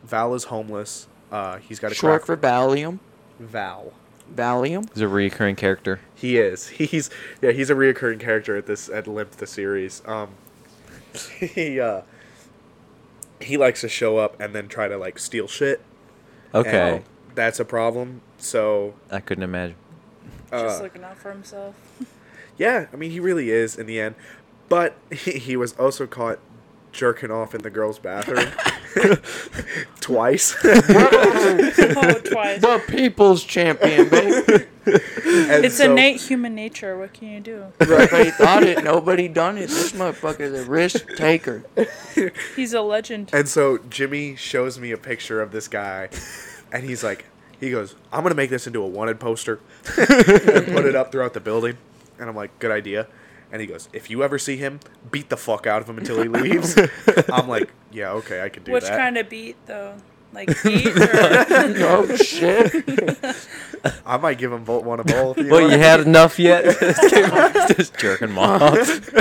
[SPEAKER 4] Val is homeless. Uh, he's got a
[SPEAKER 1] short
[SPEAKER 4] crack-
[SPEAKER 1] for Valium.
[SPEAKER 4] Val.
[SPEAKER 1] Valium.
[SPEAKER 2] sense. He's a recurring character.
[SPEAKER 4] He is. He's yeah. He's a reoccurring character at this at Limp the series. Um, he uh, he likes to show up and then try to like steal shit.
[SPEAKER 2] Okay,
[SPEAKER 4] And that's a problem. So
[SPEAKER 2] I couldn't imagine.
[SPEAKER 3] Just
[SPEAKER 4] uh,
[SPEAKER 3] looking out for himself.
[SPEAKER 4] yeah, I mean he really is in the end, but he, he was also caught jerking off in the girls' bathroom twice,
[SPEAKER 3] oh, twice.
[SPEAKER 1] The people's champion, baby.
[SPEAKER 4] And
[SPEAKER 3] It's
[SPEAKER 4] so-
[SPEAKER 3] innate human nature. What can you do?
[SPEAKER 1] Nobody thought it. Nobody done it. This motherfucker's a risk taker.
[SPEAKER 3] He's a legend.
[SPEAKER 4] And so Jimmy shows me a picture of this guy, and he's like, he goes, I'm gonna make this into a wanted poster and put it up throughout the building. And I'm like, good idea. And he goes, if you ever see him, beat the fuck out of him until he leaves. I'm like, yeah, okay, I can do
[SPEAKER 3] Which
[SPEAKER 4] that.
[SPEAKER 3] kind of beat though? Like beat or
[SPEAKER 1] No shit.
[SPEAKER 4] I might give him both one of both. You
[SPEAKER 2] Well,
[SPEAKER 4] know?
[SPEAKER 2] you had enough yet? Just jerking him off.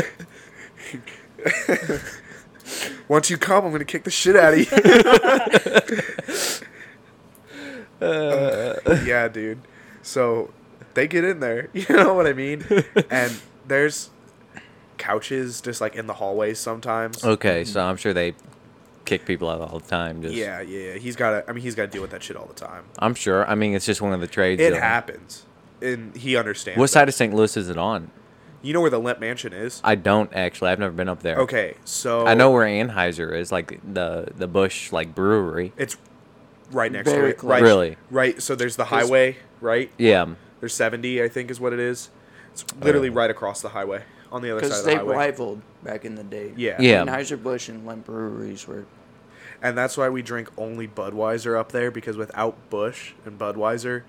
[SPEAKER 4] Once you come, I'm gonna kick the shit out of you.
[SPEAKER 2] Uh.
[SPEAKER 4] yeah, dude. So they get in there, you know what I mean? And there's couches just like in the hallways sometimes.
[SPEAKER 2] Okay, so I'm sure they kick people out all the time. Just,
[SPEAKER 4] Yeah, yeah, yeah. He's got to I mean, he's got to deal with that shit all the time.
[SPEAKER 2] I'm sure. I mean, it's just one of the trades.
[SPEAKER 4] It
[SPEAKER 2] though.
[SPEAKER 4] happens. And he understands.
[SPEAKER 2] What
[SPEAKER 4] it.
[SPEAKER 2] side of St. Louis is it on?
[SPEAKER 4] You know where the Limp Mansion is?
[SPEAKER 2] I don't actually. I've never been up there.
[SPEAKER 4] Okay, so
[SPEAKER 2] I know where Anheuser is, like the the Bush like brewery.
[SPEAKER 4] it's right next to
[SPEAKER 1] Very
[SPEAKER 4] it.
[SPEAKER 1] close.
[SPEAKER 4] Right,
[SPEAKER 2] Really?
[SPEAKER 4] Right. So there's the highway, right?
[SPEAKER 2] Yeah.
[SPEAKER 4] There's 70, I think, is what it is. It's literally right across the highway on the other side
[SPEAKER 1] Because
[SPEAKER 4] of the
[SPEAKER 1] they
[SPEAKER 4] highway.
[SPEAKER 1] rivaled back in the day.
[SPEAKER 4] Yeah.
[SPEAKER 2] Yeah.
[SPEAKER 1] Anheuser-Busch and Limp Breweries were.
[SPEAKER 4] And that's why we drink only Budweiser up there because without Bush and Budweiser,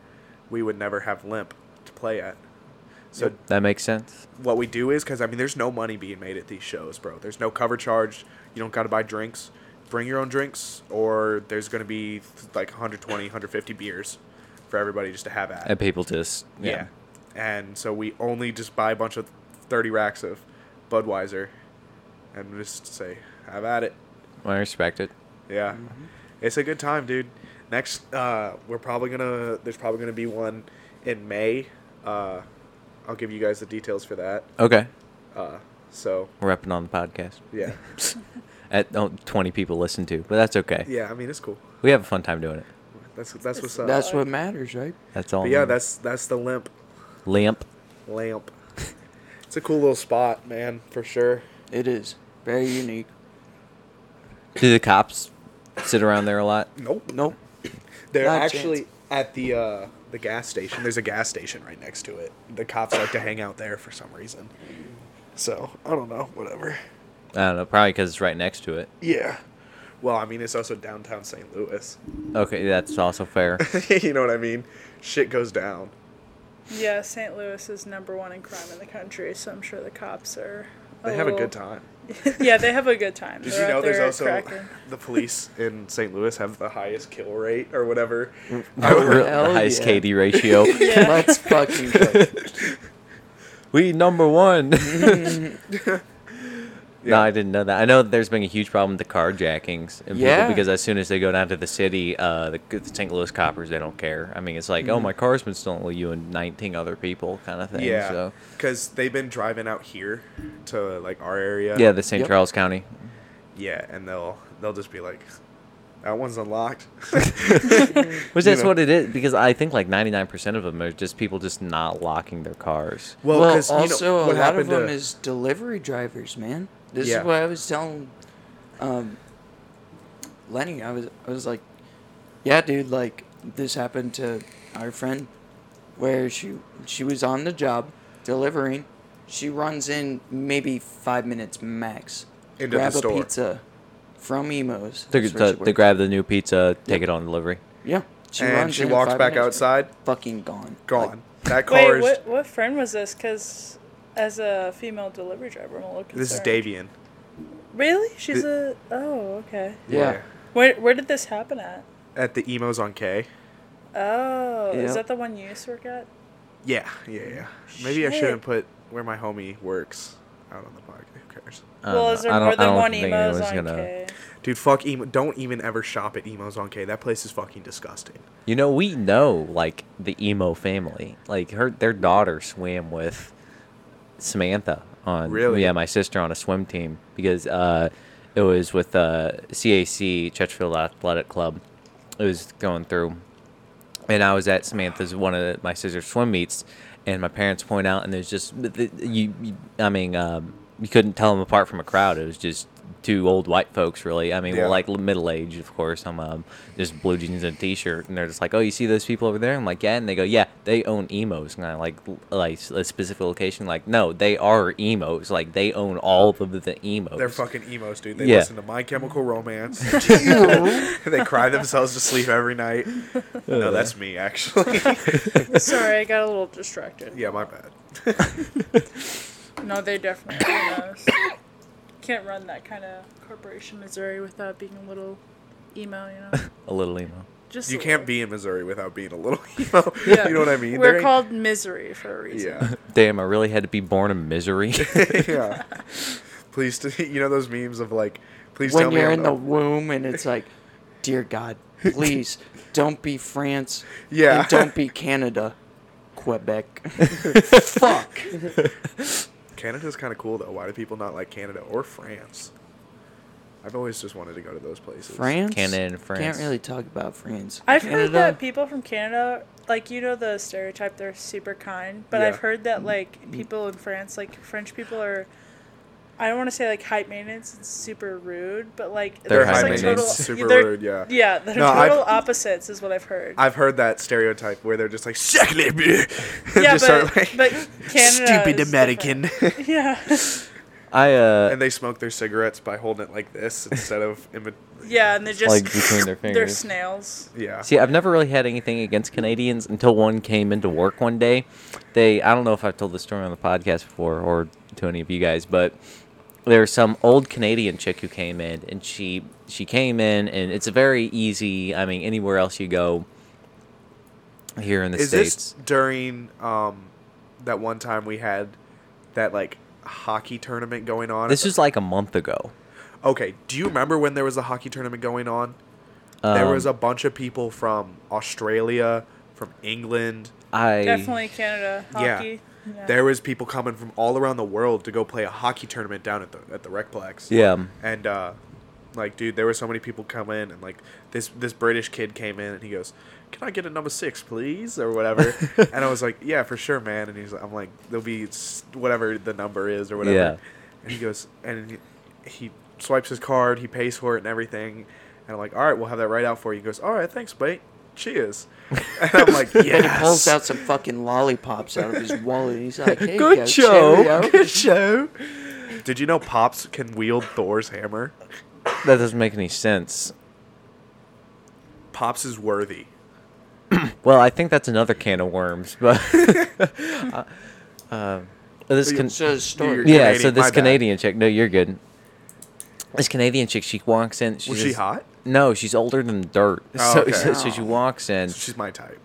[SPEAKER 4] we would never have Limp to play at. So
[SPEAKER 2] That makes sense.
[SPEAKER 4] what we do is because I mean, there's no money being made at these shows, bro. There's no cover charge. You don't got to buy drinks. Bring your own drinks, or there's gonna be like 120, 150 beers for everybody just to have at.
[SPEAKER 2] And people just yeah.
[SPEAKER 4] Yeah. And so we only just buy a bunch of 30 racks of Budweiser and just say, have at it.
[SPEAKER 2] I respect it.
[SPEAKER 4] Yeah. It's a good time, dude. Next, uh, we're probably going to, there's probably going to be one in May. Uh, I'll give you guys the details for that.
[SPEAKER 2] Okay,
[SPEAKER 4] Uh, so,
[SPEAKER 2] we're upping on the podcast.
[SPEAKER 4] yeah.
[SPEAKER 2] At oh, 20 people listen to, but that's okay.
[SPEAKER 4] Yeah, I mean, it's cool.
[SPEAKER 2] We have a fun time doing it.
[SPEAKER 4] That's, that's what's up.
[SPEAKER 1] That's what matters, right?
[SPEAKER 2] That's all.
[SPEAKER 4] But yeah,
[SPEAKER 2] I'm-
[SPEAKER 4] that's, that's the limp
[SPEAKER 2] lamp.
[SPEAKER 4] lamp. it's a cool little spot, man, for sure.
[SPEAKER 1] It is very unique.
[SPEAKER 2] Do the cops sit around there a lot?
[SPEAKER 4] Nope.
[SPEAKER 1] Nope.
[SPEAKER 4] They're
[SPEAKER 1] Not a
[SPEAKER 4] actually at the uh, the gas station. There's a gas station right next to it. The cops like to hang out there for some reason. So I don't know. Whatever.
[SPEAKER 2] I don't know. Probably because it's right next to it.
[SPEAKER 4] Yeah. Well, I mean, it's also downtown St. Louis.
[SPEAKER 2] Okay, that's also fair.
[SPEAKER 4] you know what I mean? Shit goes down.
[SPEAKER 3] yeah, St. Louis is number one in crime in the country, so I'm sure the cops are.
[SPEAKER 4] They have a
[SPEAKER 3] little-
[SPEAKER 4] good time.
[SPEAKER 3] yeah, they have a good time.
[SPEAKER 4] Did
[SPEAKER 3] Oh. They're
[SPEAKER 4] you know
[SPEAKER 3] out
[SPEAKER 4] there's
[SPEAKER 3] there
[SPEAKER 4] also
[SPEAKER 3] cracking.
[SPEAKER 4] the police in St. Louis have the highest kill rate or whatever?
[SPEAKER 2] the
[SPEAKER 1] Hell
[SPEAKER 2] highest
[SPEAKER 1] yeah.
[SPEAKER 2] KD ratio.
[SPEAKER 3] Yeah.
[SPEAKER 1] Let's fucking go.
[SPEAKER 2] we number one. No, I didn't know that. I know that there's been a huge problem with the carjackings. and people-
[SPEAKER 1] Yeah.
[SPEAKER 2] Because as soon as they go down to the city, uh, the, the St. Louis coppers, they don't care. I mean, it's like, oh, my car's been stolen. Well, you and 19 other people kind of thing.
[SPEAKER 4] Yeah.
[SPEAKER 2] So.
[SPEAKER 4] Because they've been driving out here to like our area.
[SPEAKER 2] Yeah, the St.
[SPEAKER 1] Yep.
[SPEAKER 2] Charles County.
[SPEAKER 4] Yeah, and they'll they'll just be like, that one's unlocked.
[SPEAKER 2] Which
[SPEAKER 4] You
[SPEAKER 2] that's
[SPEAKER 4] know.
[SPEAKER 2] what it is. Because I think like 99% of them are just people just not locking their cars.
[SPEAKER 1] Well,
[SPEAKER 4] 'cause, you know,
[SPEAKER 1] also a
[SPEAKER 4] what
[SPEAKER 1] lot of
[SPEAKER 4] happened
[SPEAKER 1] them
[SPEAKER 4] to-
[SPEAKER 1] is delivery drivers, man. This
[SPEAKER 4] Yeah.
[SPEAKER 1] is what I was telling um, Lenny. I was I was like, yeah, dude. Like this happened to our friend, where she she was on the job delivering. She runs in maybe five minutes max.
[SPEAKER 4] Into the
[SPEAKER 1] grab a
[SPEAKER 4] store.
[SPEAKER 1] pizza from Emo's.
[SPEAKER 2] To,
[SPEAKER 1] That's where
[SPEAKER 2] to,
[SPEAKER 1] she
[SPEAKER 2] to
[SPEAKER 1] worked.
[SPEAKER 2] grab the new pizza, take it on delivery.
[SPEAKER 1] Yeah. She
[SPEAKER 4] and
[SPEAKER 1] runs
[SPEAKER 4] she
[SPEAKER 1] in in
[SPEAKER 4] walks
[SPEAKER 1] five
[SPEAKER 4] back
[SPEAKER 1] minutes,
[SPEAKER 4] outside,
[SPEAKER 1] Fucking gone.
[SPEAKER 4] gone.
[SPEAKER 1] Like,
[SPEAKER 4] that car
[SPEAKER 3] Wait,
[SPEAKER 4] is.
[SPEAKER 3] what what friend was this? Because as a female delivery driver, I'm a little concerned.
[SPEAKER 4] This is Davian.
[SPEAKER 3] Really? She's
[SPEAKER 4] Th-
[SPEAKER 3] a. Oh, okay.
[SPEAKER 1] yeah.
[SPEAKER 3] Where where did this happen at?
[SPEAKER 4] At the emos on K.
[SPEAKER 3] Oh,
[SPEAKER 1] Yeah.
[SPEAKER 3] is that the one you used to work at?
[SPEAKER 4] Yeah, yeah, yeah. Maybe I
[SPEAKER 3] Shit.
[SPEAKER 4] shouldn't put where my homie works out on the podcast. Who cares?
[SPEAKER 2] Uh, I
[SPEAKER 3] well,
[SPEAKER 2] don't
[SPEAKER 3] is
[SPEAKER 2] know.
[SPEAKER 3] there
[SPEAKER 2] Um, I don't-
[SPEAKER 3] more
[SPEAKER 2] I
[SPEAKER 3] than
[SPEAKER 2] don't
[SPEAKER 3] one
[SPEAKER 2] think
[SPEAKER 3] emos
[SPEAKER 2] anyone's
[SPEAKER 3] on
[SPEAKER 2] gonna-
[SPEAKER 3] K?
[SPEAKER 4] Dude, fuck emo. Don't even ever shop at emos on K. That place is fucking disgusting.
[SPEAKER 2] You know, we know like the emo family. Like her, their daughter swam with Samantha on.
[SPEAKER 4] Really?
[SPEAKER 2] Yeah, my sister on a swim team because uh, it was with uh, CAC Churchfield Athletic Club. It was going through and I was at Samantha's one of the, my sister's swim meets, and my parents point out, and there's just th- th- you, you I mean, um, you couldn't tell them apart from a crowd. It was just two old white folks, really. I mean,
[SPEAKER 4] Yeah.
[SPEAKER 2] well, like middle age, of course. I'm um, just blue jeans and a t-shirt, and they're just like, "Oh, you see those people over there?" I'm like, "Yeah," and they go, "Yeah, they own emos," and I like l- like a specific location. Like, no, they are emos. Like, they own all of the emos.
[SPEAKER 4] They're fucking emos, dude. They
[SPEAKER 2] Yeah.
[SPEAKER 4] listen to My Chemical Romance. they cry themselves to sleep every night. No, that's me, actually.
[SPEAKER 3] Sorry, I got a little distracted.
[SPEAKER 4] yeah, my bad.
[SPEAKER 3] No, they definitely are emos. Can't run that kind of corporation Missouri without being a little emo, you know.
[SPEAKER 2] a little emo.
[SPEAKER 3] Just
[SPEAKER 4] You
[SPEAKER 3] a
[SPEAKER 4] can't
[SPEAKER 3] little.
[SPEAKER 4] be in Missouri without being a little emo. You know what I mean? There
[SPEAKER 3] We're
[SPEAKER 4] ain't-
[SPEAKER 3] called misery for a reason.
[SPEAKER 4] Yeah.
[SPEAKER 2] Damn, I really had to be born in misery.
[SPEAKER 4] yeah. Please, t- you know those memes of like, please tell
[SPEAKER 1] when
[SPEAKER 4] me.
[SPEAKER 1] you're
[SPEAKER 4] I'm
[SPEAKER 1] in the
[SPEAKER 4] not-
[SPEAKER 1] womb and it's like, dear God, please don't be France.
[SPEAKER 4] Yeah.
[SPEAKER 1] And don't be Canada, Quebec. Fuck.
[SPEAKER 4] Canada's kind of cool though. Why do people not like Canada or France? I've always just wanted to go to those places.
[SPEAKER 1] France.
[SPEAKER 2] Canada and France.
[SPEAKER 1] Can't really talk about France.
[SPEAKER 3] I've
[SPEAKER 1] Canada,
[SPEAKER 3] heard that people from Canada, like you know the stereotype, they're super kind. But I've
[SPEAKER 4] Yeah. Mm-hmm.
[SPEAKER 3] heard that like people in France, like French people are, I don't want to say like high maintenance and super rude, but like
[SPEAKER 2] They're
[SPEAKER 3] just,
[SPEAKER 2] high
[SPEAKER 3] like,
[SPEAKER 2] maintenance,
[SPEAKER 4] super
[SPEAKER 3] they're-
[SPEAKER 4] rude, yeah.
[SPEAKER 3] yeah, they're
[SPEAKER 4] No, I've-
[SPEAKER 3] total opposites, is what I've heard.
[SPEAKER 4] I've heard that stereotype where they're just like, "Suck it, bitch," and
[SPEAKER 3] yeah,
[SPEAKER 4] just
[SPEAKER 3] but,
[SPEAKER 4] start, like,
[SPEAKER 3] but Canada
[SPEAKER 4] stupid
[SPEAKER 3] is
[SPEAKER 4] American.
[SPEAKER 3] different. yeah,
[SPEAKER 2] I uh,
[SPEAKER 4] and they smoke their cigarettes by holding it like this instead of in bet-
[SPEAKER 3] yeah, and they're just
[SPEAKER 2] Like, between their
[SPEAKER 3] They're
[SPEAKER 2] fingers.
[SPEAKER 3] snails.
[SPEAKER 4] yeah.
[SPEAKER 2] See, I've never really had anything against Canadians until one came into work one day. They, I don't know if I've told this story on the podcast before or to any of you guys, but there's some old Canadian chick who came in, and she she came in, and it's a very easy. I mean, anywhere else you go here in the
[SPEAKER 4] Is
[SPEAKER 2] states,
[SPEAKER 4] this during um that one time we had that like hockey tournament going on?
[SPEAKER 2] this was like a month ago.
[SPEAKER 4] okay. Do you remember when there was a hockey tournament going on? there
[SPEAKER 2] Um,
[SPEAKER 4] was a bunch of people from Australia, from England.
[SPEAKER 2] I
[SPEAKER 3] Definitely Canada hockey.
[SPEAKER 4] Yeah.
[SPEAKER 3] Yeah.
[SPEAKER 4] There was people coming from all around the world to go play a hockey tournament down at the at the Recplex.
[SPEAKER 2] Yeah.
[SPEAKER 4] And uh like dude, there were so many people come in and like this this British kid came in and he goes, "Can I get a number 6, please?" or whatever. and I was like, "Yeah, for sure, man." And he's I'm like, "There'll be s- whatever the number is or whatever."
[SPEAKER 2] Yeah.
[SPEAKER 4] And he goes and he, he swipes his card, he pays for it and everything. And I'm like, "All right, we'll have that right out for you." He goes, "All right, thanks, mate. Cheers." And I'm like, "Yeah."
[SPEAKER 1] And he pulls out some fucking lollipops out of his wallet. and He's like, hey,
[SPEAKER 2] Good
[SPEAKER 1] go,
[SPEAKER 2] show.
[SPEAKER 1] cheerio."
[SPEAKER 4] show. Did you know Pops can wield Thor's hammer?
[SPEAKER 2] that doesn't make any sense.
[SPEAKER 4] Pops is worthy.
[SPEAKER 2] Well, I think that's another can of worms, but. uh, this can,
[SPEAKER 1] So the story.
[SPEAKER 4] You're
[SPEAKER 2] yeah, so
[SPEAKER 4] Canadian, my
[SPEAKER 2] this
[SPEAKER 4] bad.
[SPEAKER 2] Canadian chick. No, you're good. This Canadian chick, she walks in. She's
[SPEAKER 4] Was she hot?
[SPEAKER 2] No, she's older than dirt.
[SPEAKER 4] Oh,
[SPEAKER 2] so,
[SPEAKER 4] okay.
[SPEAKER 2] so, so she walks in.
[SPEAKER 4] She's my type.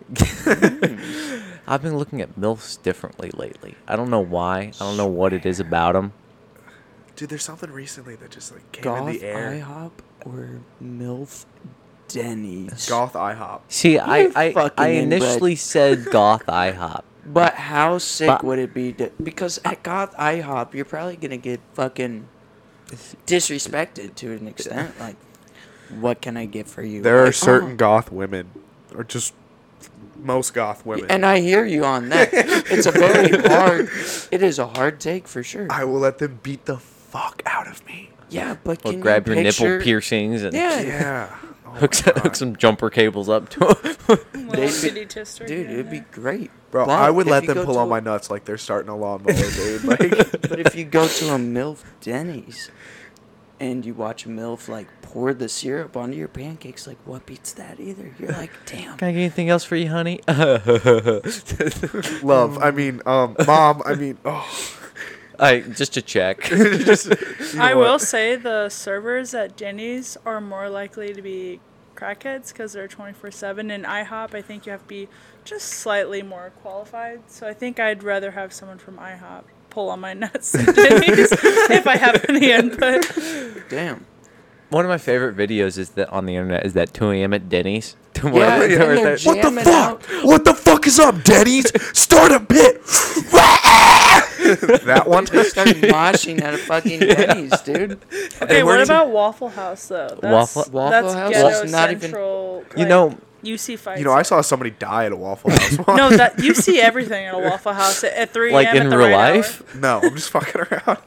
[SPEAKER 2] I've been looking at milfs differently lately. I don't know why. I don't know what it is about them.
[SPEAKER 4] Dude, there's something recently that just like came
[SPEAKER 1] Goth
[SPEAKER 4] in the air.
[SPEAKER 1] IHOP or MILF Denny's.
[SPEAKER 4] Goth IHOP.
[SPEAKER 2] See, I
[SPEAKER 1] You're
[SPEAKER 2] I,
[SPEAKER 1] fucking
[SPEAKER 2] I
[SPEAKER 1] inbred.
[SPEAKER 2] initially said goth IHOP.
[SPEAKER 1] But how sick
[SPEAKER 2] But-
[SPEAKER 1] would it be to, because at Goth IHOP you're probably gonna get fucking disrespected to an extent. Like, what can I get for you?
[SPEAKER 4] There are
[SPEAKER 1] Like, uh-huh.
[SPEAKER 4] certain goth women, or just most goth
[SPEAKER 1] "Oh."
[SPEAKER 4] women.
[SPEAKER 1] and I hear you on that. it's a very hard. It is a hard take for sure.
[SPEAKER 4] I will let them beat the fuck out of me.
[SPEAKER 1] Yeah, but
[SPEAKER 2] Or
[SPEAKER 1] can
[SPEAKER 2] grab
[SPEAKER 1] you
[SPEAKER 2] your nipple
[SPEAKER 1] picture-
[SPEAKER 2] piercings and
[SPEAKER 1] Yeah,
[SPEAKER 4] Yeah. Oh my
[SPEAKER 2] hook, some- hook
[SPEAKER 4] God.
[SPEAKER 2] some jumper cables up to 'em.
[SPEAKER 3] Little
[SPEAKER 1] be-
[SPEAKER 3] city twister.
[SPEAKER 1] dude, it'd be great.
[SPEAKER 4] Bro,
[SPEAKER 1] But
[SPEAKER 4] I would
[SPEAKER 1] if
[SPEAKER 4] let
[SPEAKER 1] you
[SPEAKER 4] them
[SPEAKER 1] go
[SPEAKER 4] pull
[SPEAKER 1] to
[SPEAKER 4] on
[SPEAKER 1] a-
[SPEAKER 4] my nuts like they're starting a lawnmower, dude. Like,
[SPEAKER 1] But if you go to a MILF Denny's and you watch a MILF like pour the syrup onto your pancakes, like what beats that either? You're like, damn.
[SPEAKER 2] Can I get anything else for you, honey?
[SPEAKER 4] love. I mean, um, mom. I mean, oh.
[SPEAKER 2] I just to check.
[SPEAKER 4] You know
[SPEAKER 3] I
[SPEAKER 4] what?
[SPEAKER 3] will say the servers at Denny's are more likely to be crackheads because they're 24 7. And IHOP, I think you have to be just slightly more qualified. So I think I'd rather have someone from IHOP pull on my nuts than Denny's if I have any input.
[SPEAKER 1] Damn.
[SPEAKER 2] One of my favorite videos is that on the internet is that 2 a.m. at Denny's. To
[SPEAKER 1] Yeah,
[SPEAKER 2] where-
[SPEAKER 1] and
[SPEAKER 2] to where
[SPEAKER 1] they're
[SPEAKER 2] they're-
[SPEAKER 1] jamming out.
[SPEAKER 4] What the fuck is up, Denny's? Start a bit. that one.
[SPEAKER 1] They start moshing at a fucking Denny's, dude.
[SPEAKER 3] Okay,
[SPEAKER 4] where
[SPEAKER 3] what
[SPEAKER 4] is it?
[SPEAKER 3] about Waffle House, though? That's,
[SPEAKER 2] Waffle-
[SPEAKER 1] Waffle
[SPEAKER 3] that's
[SPEAKER 1] House
[SPEAKER 3] Ghetto
[SPEAKER 1] is not even-
[SPEAKER 3] Central.
[SPEAKER 2] you
[SPEAKER 3] like-
[SPEAKER 2] know,
[SPEAKER 3] You see fights.
[SPEAKER 4] You know, I saw somebody die at a Waffle House. once.
[SPEAKER 3] no, that you see everything at a Waffle House at, at 3
[SPEAKER 2] Like
[SPEAKER 3] a.m.
[SPEAKER 2] in
[SPEAKER 3] at the
[SPEAKER 2] real
[SPEAKER 3] right hour.
[SPEAKER 2] life?
[SPEAKER 4] no, I'm just fucking around.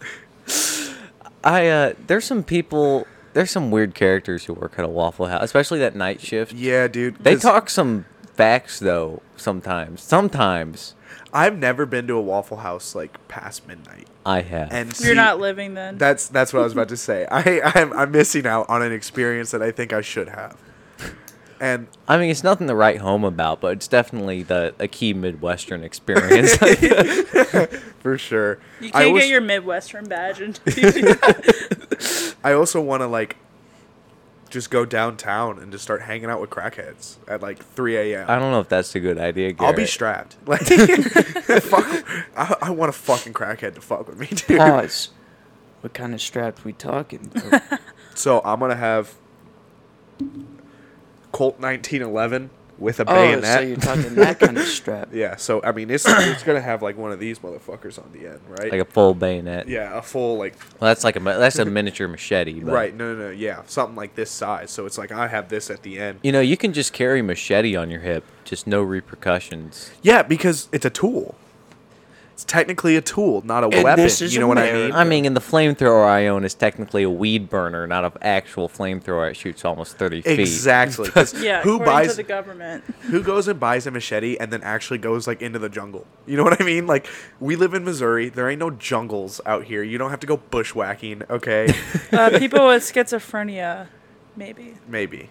[SPEAKER 2] I uh, there's some people, there's some weird characters who work at a Waffle House, especially that night shift.
[SPEAKER 4] Yeah, dude.
[SPEAKER 2] They
[SPEAKER 4] 'cause
[SPEAKER 2] talk some facts though. Sometimes, sometimes
[SPEAKER 4] I've never been to a Waffle House like past midnight.
[SPEAKER 2] I have.
[SPEAKER 4] And
[SPEAKER 3] You're
[SPEAKER 4] see,
[SPEAKER 3] not living then.
[SPEAKER 4] That's that's what I was about to say. I I'm, I'm missing out on an experience that I think I should have. And
[SPEAKER 2] I mean, it's nothing to write home about, but it's definitely the a key Midwestern experience.
[SPEAKER 4] for sure,
[SPEAKER 3] you
[SPEAKER 4] I
[SPEAKER 3] can't
[SPEAKER 4] was-
[SPEAKER 3] get your Midwestern badge and
[SPEAKER 4] I also want to like just go downtown and just start hanging out with crackheads at like 3 a.m.
[SPEAKER 2] I don't know if that's a good idea. Garrett.
[SPEAKER 4] I'll be strapped. Like, fuck, I, I want a fucking crackhead to fuck with me, dude.
[SPEAKER 2] Uh,
[SPEAKER 1] Pause. What kind of strapped we talking? bro?
[SPEAKER 4] So I'm gonna have Colt 1911 with a
[SPEAKER 1] oh, so
[SPEAKER 4] bayonet.
[SPEAKER 1] you're talking that kind of strap.
[SPEAKER 4] yeah. So I mean, it's it's gonna have like one of these motherfuckers on the end, right?
[SPEAKER 2] like a full bayonet.
[SPEAKER 4] yeah, a full like
[SPEAKER 2] Well, that's like a ma- that's a miniature machete. But,
[SPEAKER 4] right. No, no, no. Yeah, something like this size. So it's like I have this at the end.
[SPEAKER 2] You know, you can just carry machete on your hip, just no repercussions.
[SPEAKER 4] Yeah, because it's a tool. It's technically a tool, not a
[SPEAKER 1] And
[SPEAKER 4] weapon.
[SPEAKER 1] this is
[SPEAKER 4] you know what I
[SPEAKER 1] America.
[SPEAKER 4] mean?
[SPEAKER 2] I mean, and the flamethrower I own is technically a weed burner, not an actual flamethrower. It shoots almost thirty feet.
[SPEAKER 4] Exactly. 'cause
[SPEAKER 3] yeah,
[SPEAKER 4] who
[SPEAKER 3] according
[SPEAKER 4] buys
[SPEAKER 3] to the government.
[SPEAKER 4] who goes and buys a machete and then actually goes like into the jungle? You know what I mean? Like we live in Missouri. There ain't no jungles out here. You don't have to go bushwhacking. Okay,
[SPEAKER 3] Uh, people with schizophrenia, maybe.
[SPEAKER 4] maybe.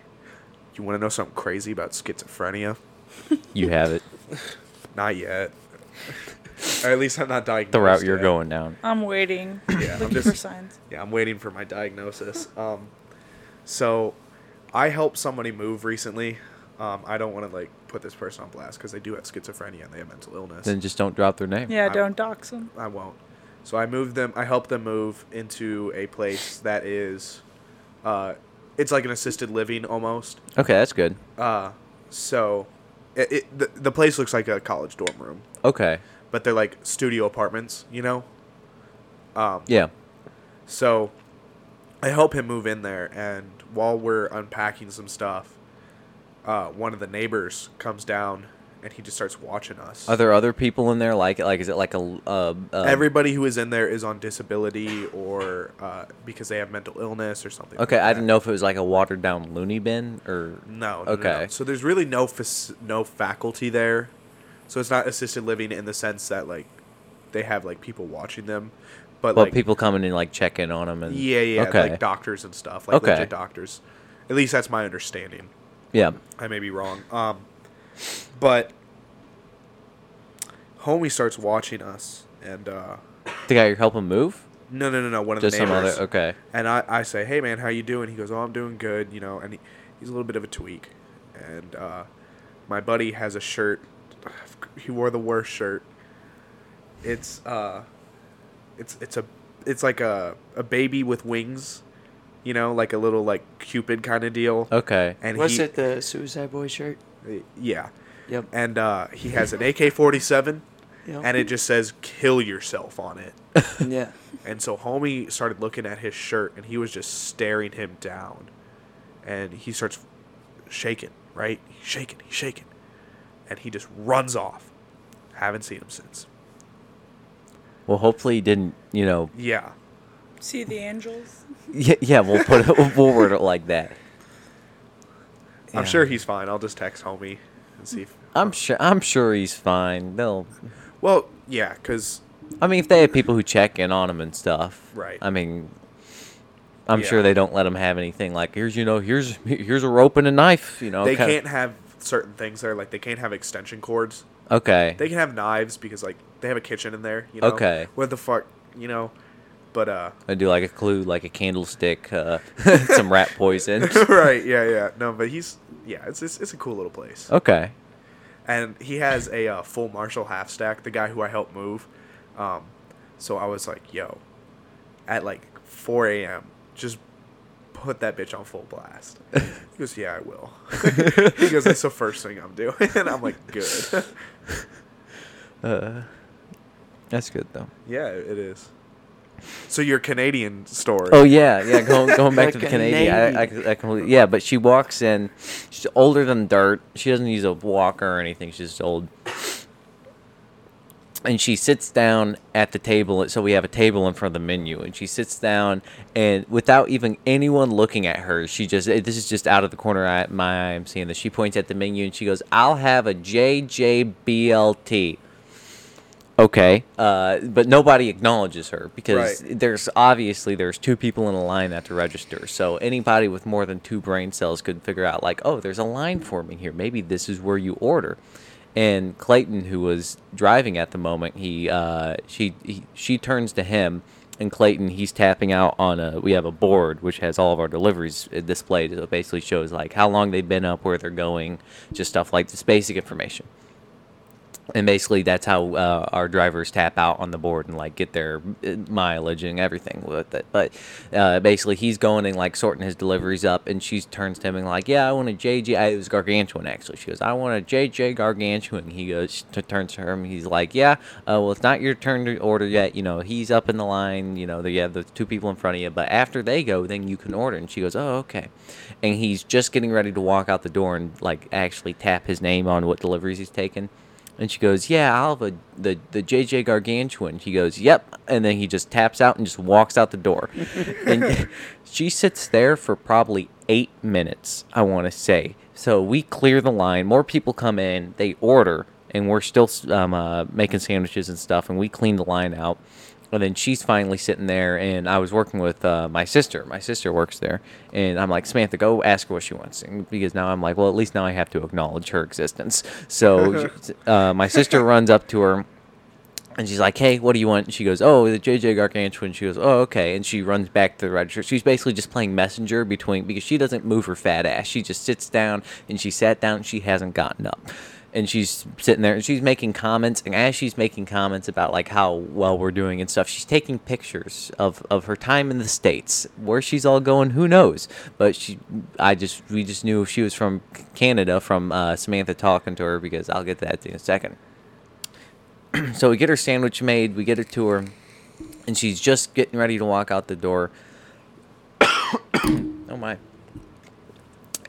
[SPEAKER 4] You want to know something crazy about schizophrenia?
[SPEAKER 2] You have it.
[SPEAKER 4] Not yet. or at least I'm not diagnosed.
[SPEAKER 2] The route you're
[SPEAKER 4] yet.
[SPEAKER 2] going down.
[SPEAKER 3] I'm waiting,
[SPEAKER 4] Yeah, I'm
[SPEAKER 3] looking
[SPEAKER 4] just-
[SPEAKER 3] for signs.
[SPEAKER 4] Yeah, I'm waiting for my diagnosis. Um, so I helped somebody move recently. Um, I don't want to like put this person on blast because they do have schizophrenia and they have mental illness.
[SPEAKER 2] Then just don't drop their name.
[SPEAKER 3] Yeah,
[SPEAKER 4] I'm-
[SPEAKER 3] don't dox them.
[SPEAKER 4] I won't. So I moved them. I helped them move into a place that is, uh, it's like an assisted living almost.
[SPEAKER 2] Okay, that's good.
[SPEAKER 4] Uh, so it, it the, the place looks like a college dorm room,
[SPEAKER 2] Okay.
[SPEAKER 4] but they're like studio apartments, you know. Um,
[SPEAKER 2] Yeah.
[SPEAKER 4] so I help him move in there, and while we're unpacking some stuff, uh, one of the neighbors comes down and he just starts watching us.
[SPEAKER 2] Are there other people in there? Like, like is it like a uh, uh,
[SPEAKER 4] Everybody who is in there is on disability or uh, because they have mental illness or something.
[SPEAKER 2] Okay,
[SPEAKER 4] like
[SPEAKER 2] I
[SPEAKER 4] that.
[SPEAKER 2] didn't know if it was like a watered down loony bin or
[SPEAKER 4] No. no, No, no.
[SPEAKER 2] Okay.
[SPEAKER 4] So there's really no fac- no faculty there, so it's not assisted living in the sense that like they have like people watching them, but
[SPEAKER 2] well,
[SPEAKER 4] like
[SPEAKER 2] people coming in like check in on them and
[SPEAKER 4] yeah, yeah,
[SPEAKER 2] okay,
[SPEAKER 4] like doctors and stuff, like
[SPEAKER 2] Okay.
[SPEAKER 4] legit doctors. At least that's my understanding.
[SPEAKER 2] yeah,
[SPEAKER 4] I may be wrong. Um, but homie starts watching us, and uh,
[SPEAKER 2] the guy you're helping move,
[SPEAKER 4] no, no, no, no, one of
[SPEAKER 2] just
[SPEAKER 4] the
[SPEAKER 2] some
[SPEAKER 4] neighbors.
[SPEAKER 2] other okay,
[SPEAKER 4] And I, I say, hey man, how you doing? He goes, oh, I'm doing good, you know. And he, he's a little bit of a tweak. And uh, my buddy has a shirt. He wore the worst shirt. It's uh, it's it's a it's like a a baby with wings, you know, like a little like Cupid kind of deal.
[SPEAKER 2] okay,
[SPEAKER 4] And
[SPEAKER 1] Was
[SPEAKER 4] he,
[SPEAKER 1] it the Suicide Boy shirt?
[SPEAKER 4] Yeah.
[SPEAKER 1] Yep.
[SPEAKER 4] And uh, he has an AK-47,
[SPEAKER 1] yep.
[SPEAKER 4] and it just says "kill yourself" on it.
[SPEAKER 1] yeah.
[SPEAKER 4] And so homie started looking at his shirt and he was just staring him down. And he starts shaking, right? He's shaking, he's shaking. And he just runs off. Haven't seen him since.
[SPEAKER 2] well, hopefully you didn't, you know,
[SPEAKER 4] Yeah.
[SPEAKER 3] See the angels.
[SPEAKER 2] yeah, yeah we'll put it, we'll word it like that. Yeah.
[SPEAKER 4] I'm sure he's fine. I'll just text homie and see if.
[SPEAKER 2] I'm sure, I'm sure he's fine. They'll,
[SPEAKER 4] Well, yeah, because.
[SPEAKER 2] I mean, if they have people who check in on him and stuff,
[SPEAKER 4] Right.
[SPEAKER 2] I mean, I'm sure
[SPEAKER 4] Yeah.
[SPEAKER 2] they don't let him have anything like here's, you know, here's here's a rope and a knife, you know.
[SPEAKER 4] They
[SPEAKER 2] kinda-
[SPEAKER 4] can't have certain things there. Like, they can't have extension cords.
[SPEAKER 2] Okay.
[SPEAKER 4] They can have knives because, like, they have a kitchen in there. You know?
[SPEAKER 2] Okay.
[SPEAKER 4] What the fuck, you know? But, uh.
[SPEAKER 2] I do like a clue, like a candlestick, uh, some rat poison.
[SPEAKER 4] right, yeah, yeah. No, but he's. Yeah, it's, it's, it's a cool little place.
[SPEAKER 2] Okay.
[SPEAKER 4] and he has a uh, full Marshall half stack. The guy who I helped move, um, so I was like, "Yo," at like 4 a.m. Just put that bitch on full blast. he goes, "Yeah, I will." he goes, "That's the first thing I'm doing." and I'm like, "Good."
[SPEAKER 2] That's good though.
[SPEAKER 4] yeah, it is. So your Canadian story.
[SPEAKER 2] Oh yeah, yeah. Going, going back
[SPEAKER 1] The
[SPEAKER 2] to the Canadian, I, I, I completely, yeah. But she walks in. She's older than dirt. She doesn't use a walker or anything. She's just old. And she sits down at the table. So we have a table in front of the menu, and she sits down, and without even anyone looking at her, she just eh, this is just out of the corner of my eye. I'm seeing this. She points at the menu and she goes, "I'll have a JJBLT." Okay, uh, but nobody acknowledges her because
[SPEAKER 4] Right.
[SPEAKER 2] there's obviously there's two people in a line that have to register. So anybody with more than two brain cells could figure out like, oh, there's a line forming here. Maybe this is where you order. And Clayton, who was driving at the moment, he uh, she he, she turns to him, and Clayton he's tapping out on a we have a board which has all of our deliveries uh, displayed. So it basically shows like how long they've been up, where they're going, just stuff like this basic information and basically that's how uh, our drivers tap out on the board and like get their uh, mileage and everything with it but uh, basically he's going and like sorting his deliveries up and she turns to him and like yeah i want a jj I, it was gargantuan actually she goes i want a jj gargantuan he goes she t- turns to her and he's like yeah uh, well it's not your turn to order yet you know he's up in the line you know they have the two people in front of you but after they go then you can order and she goes oh okay and he's just getting ready to walk out the door and like actually tap his name on what deliveries he's taken and she goes, "Yeah, I'll have a, the the JJ Gargantuan." He goes, "Yep," and then he just taps out and just walks out the door. and she sits there for probably eight minutes, I want to say. So we clear the line. More people come in, they order, and we're still um, uh, making sandwiches and stuff. And we clean the line out. And then she's finally sitting there, and I was working with uh, my sister. My sister works there, and I'm like, Samantha, go ask her what she wants, and because now I'm like, well, at least now I have to acknowledge her existence. So uh, my sister runs up to her, and she's like, "Hey, what do you want?" And she goes, "Oh, the JJ Gargantuan." She goes, "Oh, okay." And she runs back to the register. She's basically just playing messenger between because she doesn't move her fat ass. She just sits down, and she sat down. And she hasn't gotten up, and she's sitting there and she's making comments. And as she's making comments about like how well we're doing and stuff, she's taking pictures of of her time in the states, where she's all going, who knows? But she, I just we just knew she was from Canada from uh, Samantha talking to her because I'll get to that in a second so we get her sandwich made, we get it to her, and she's just getting ready to walk out the door. oh my.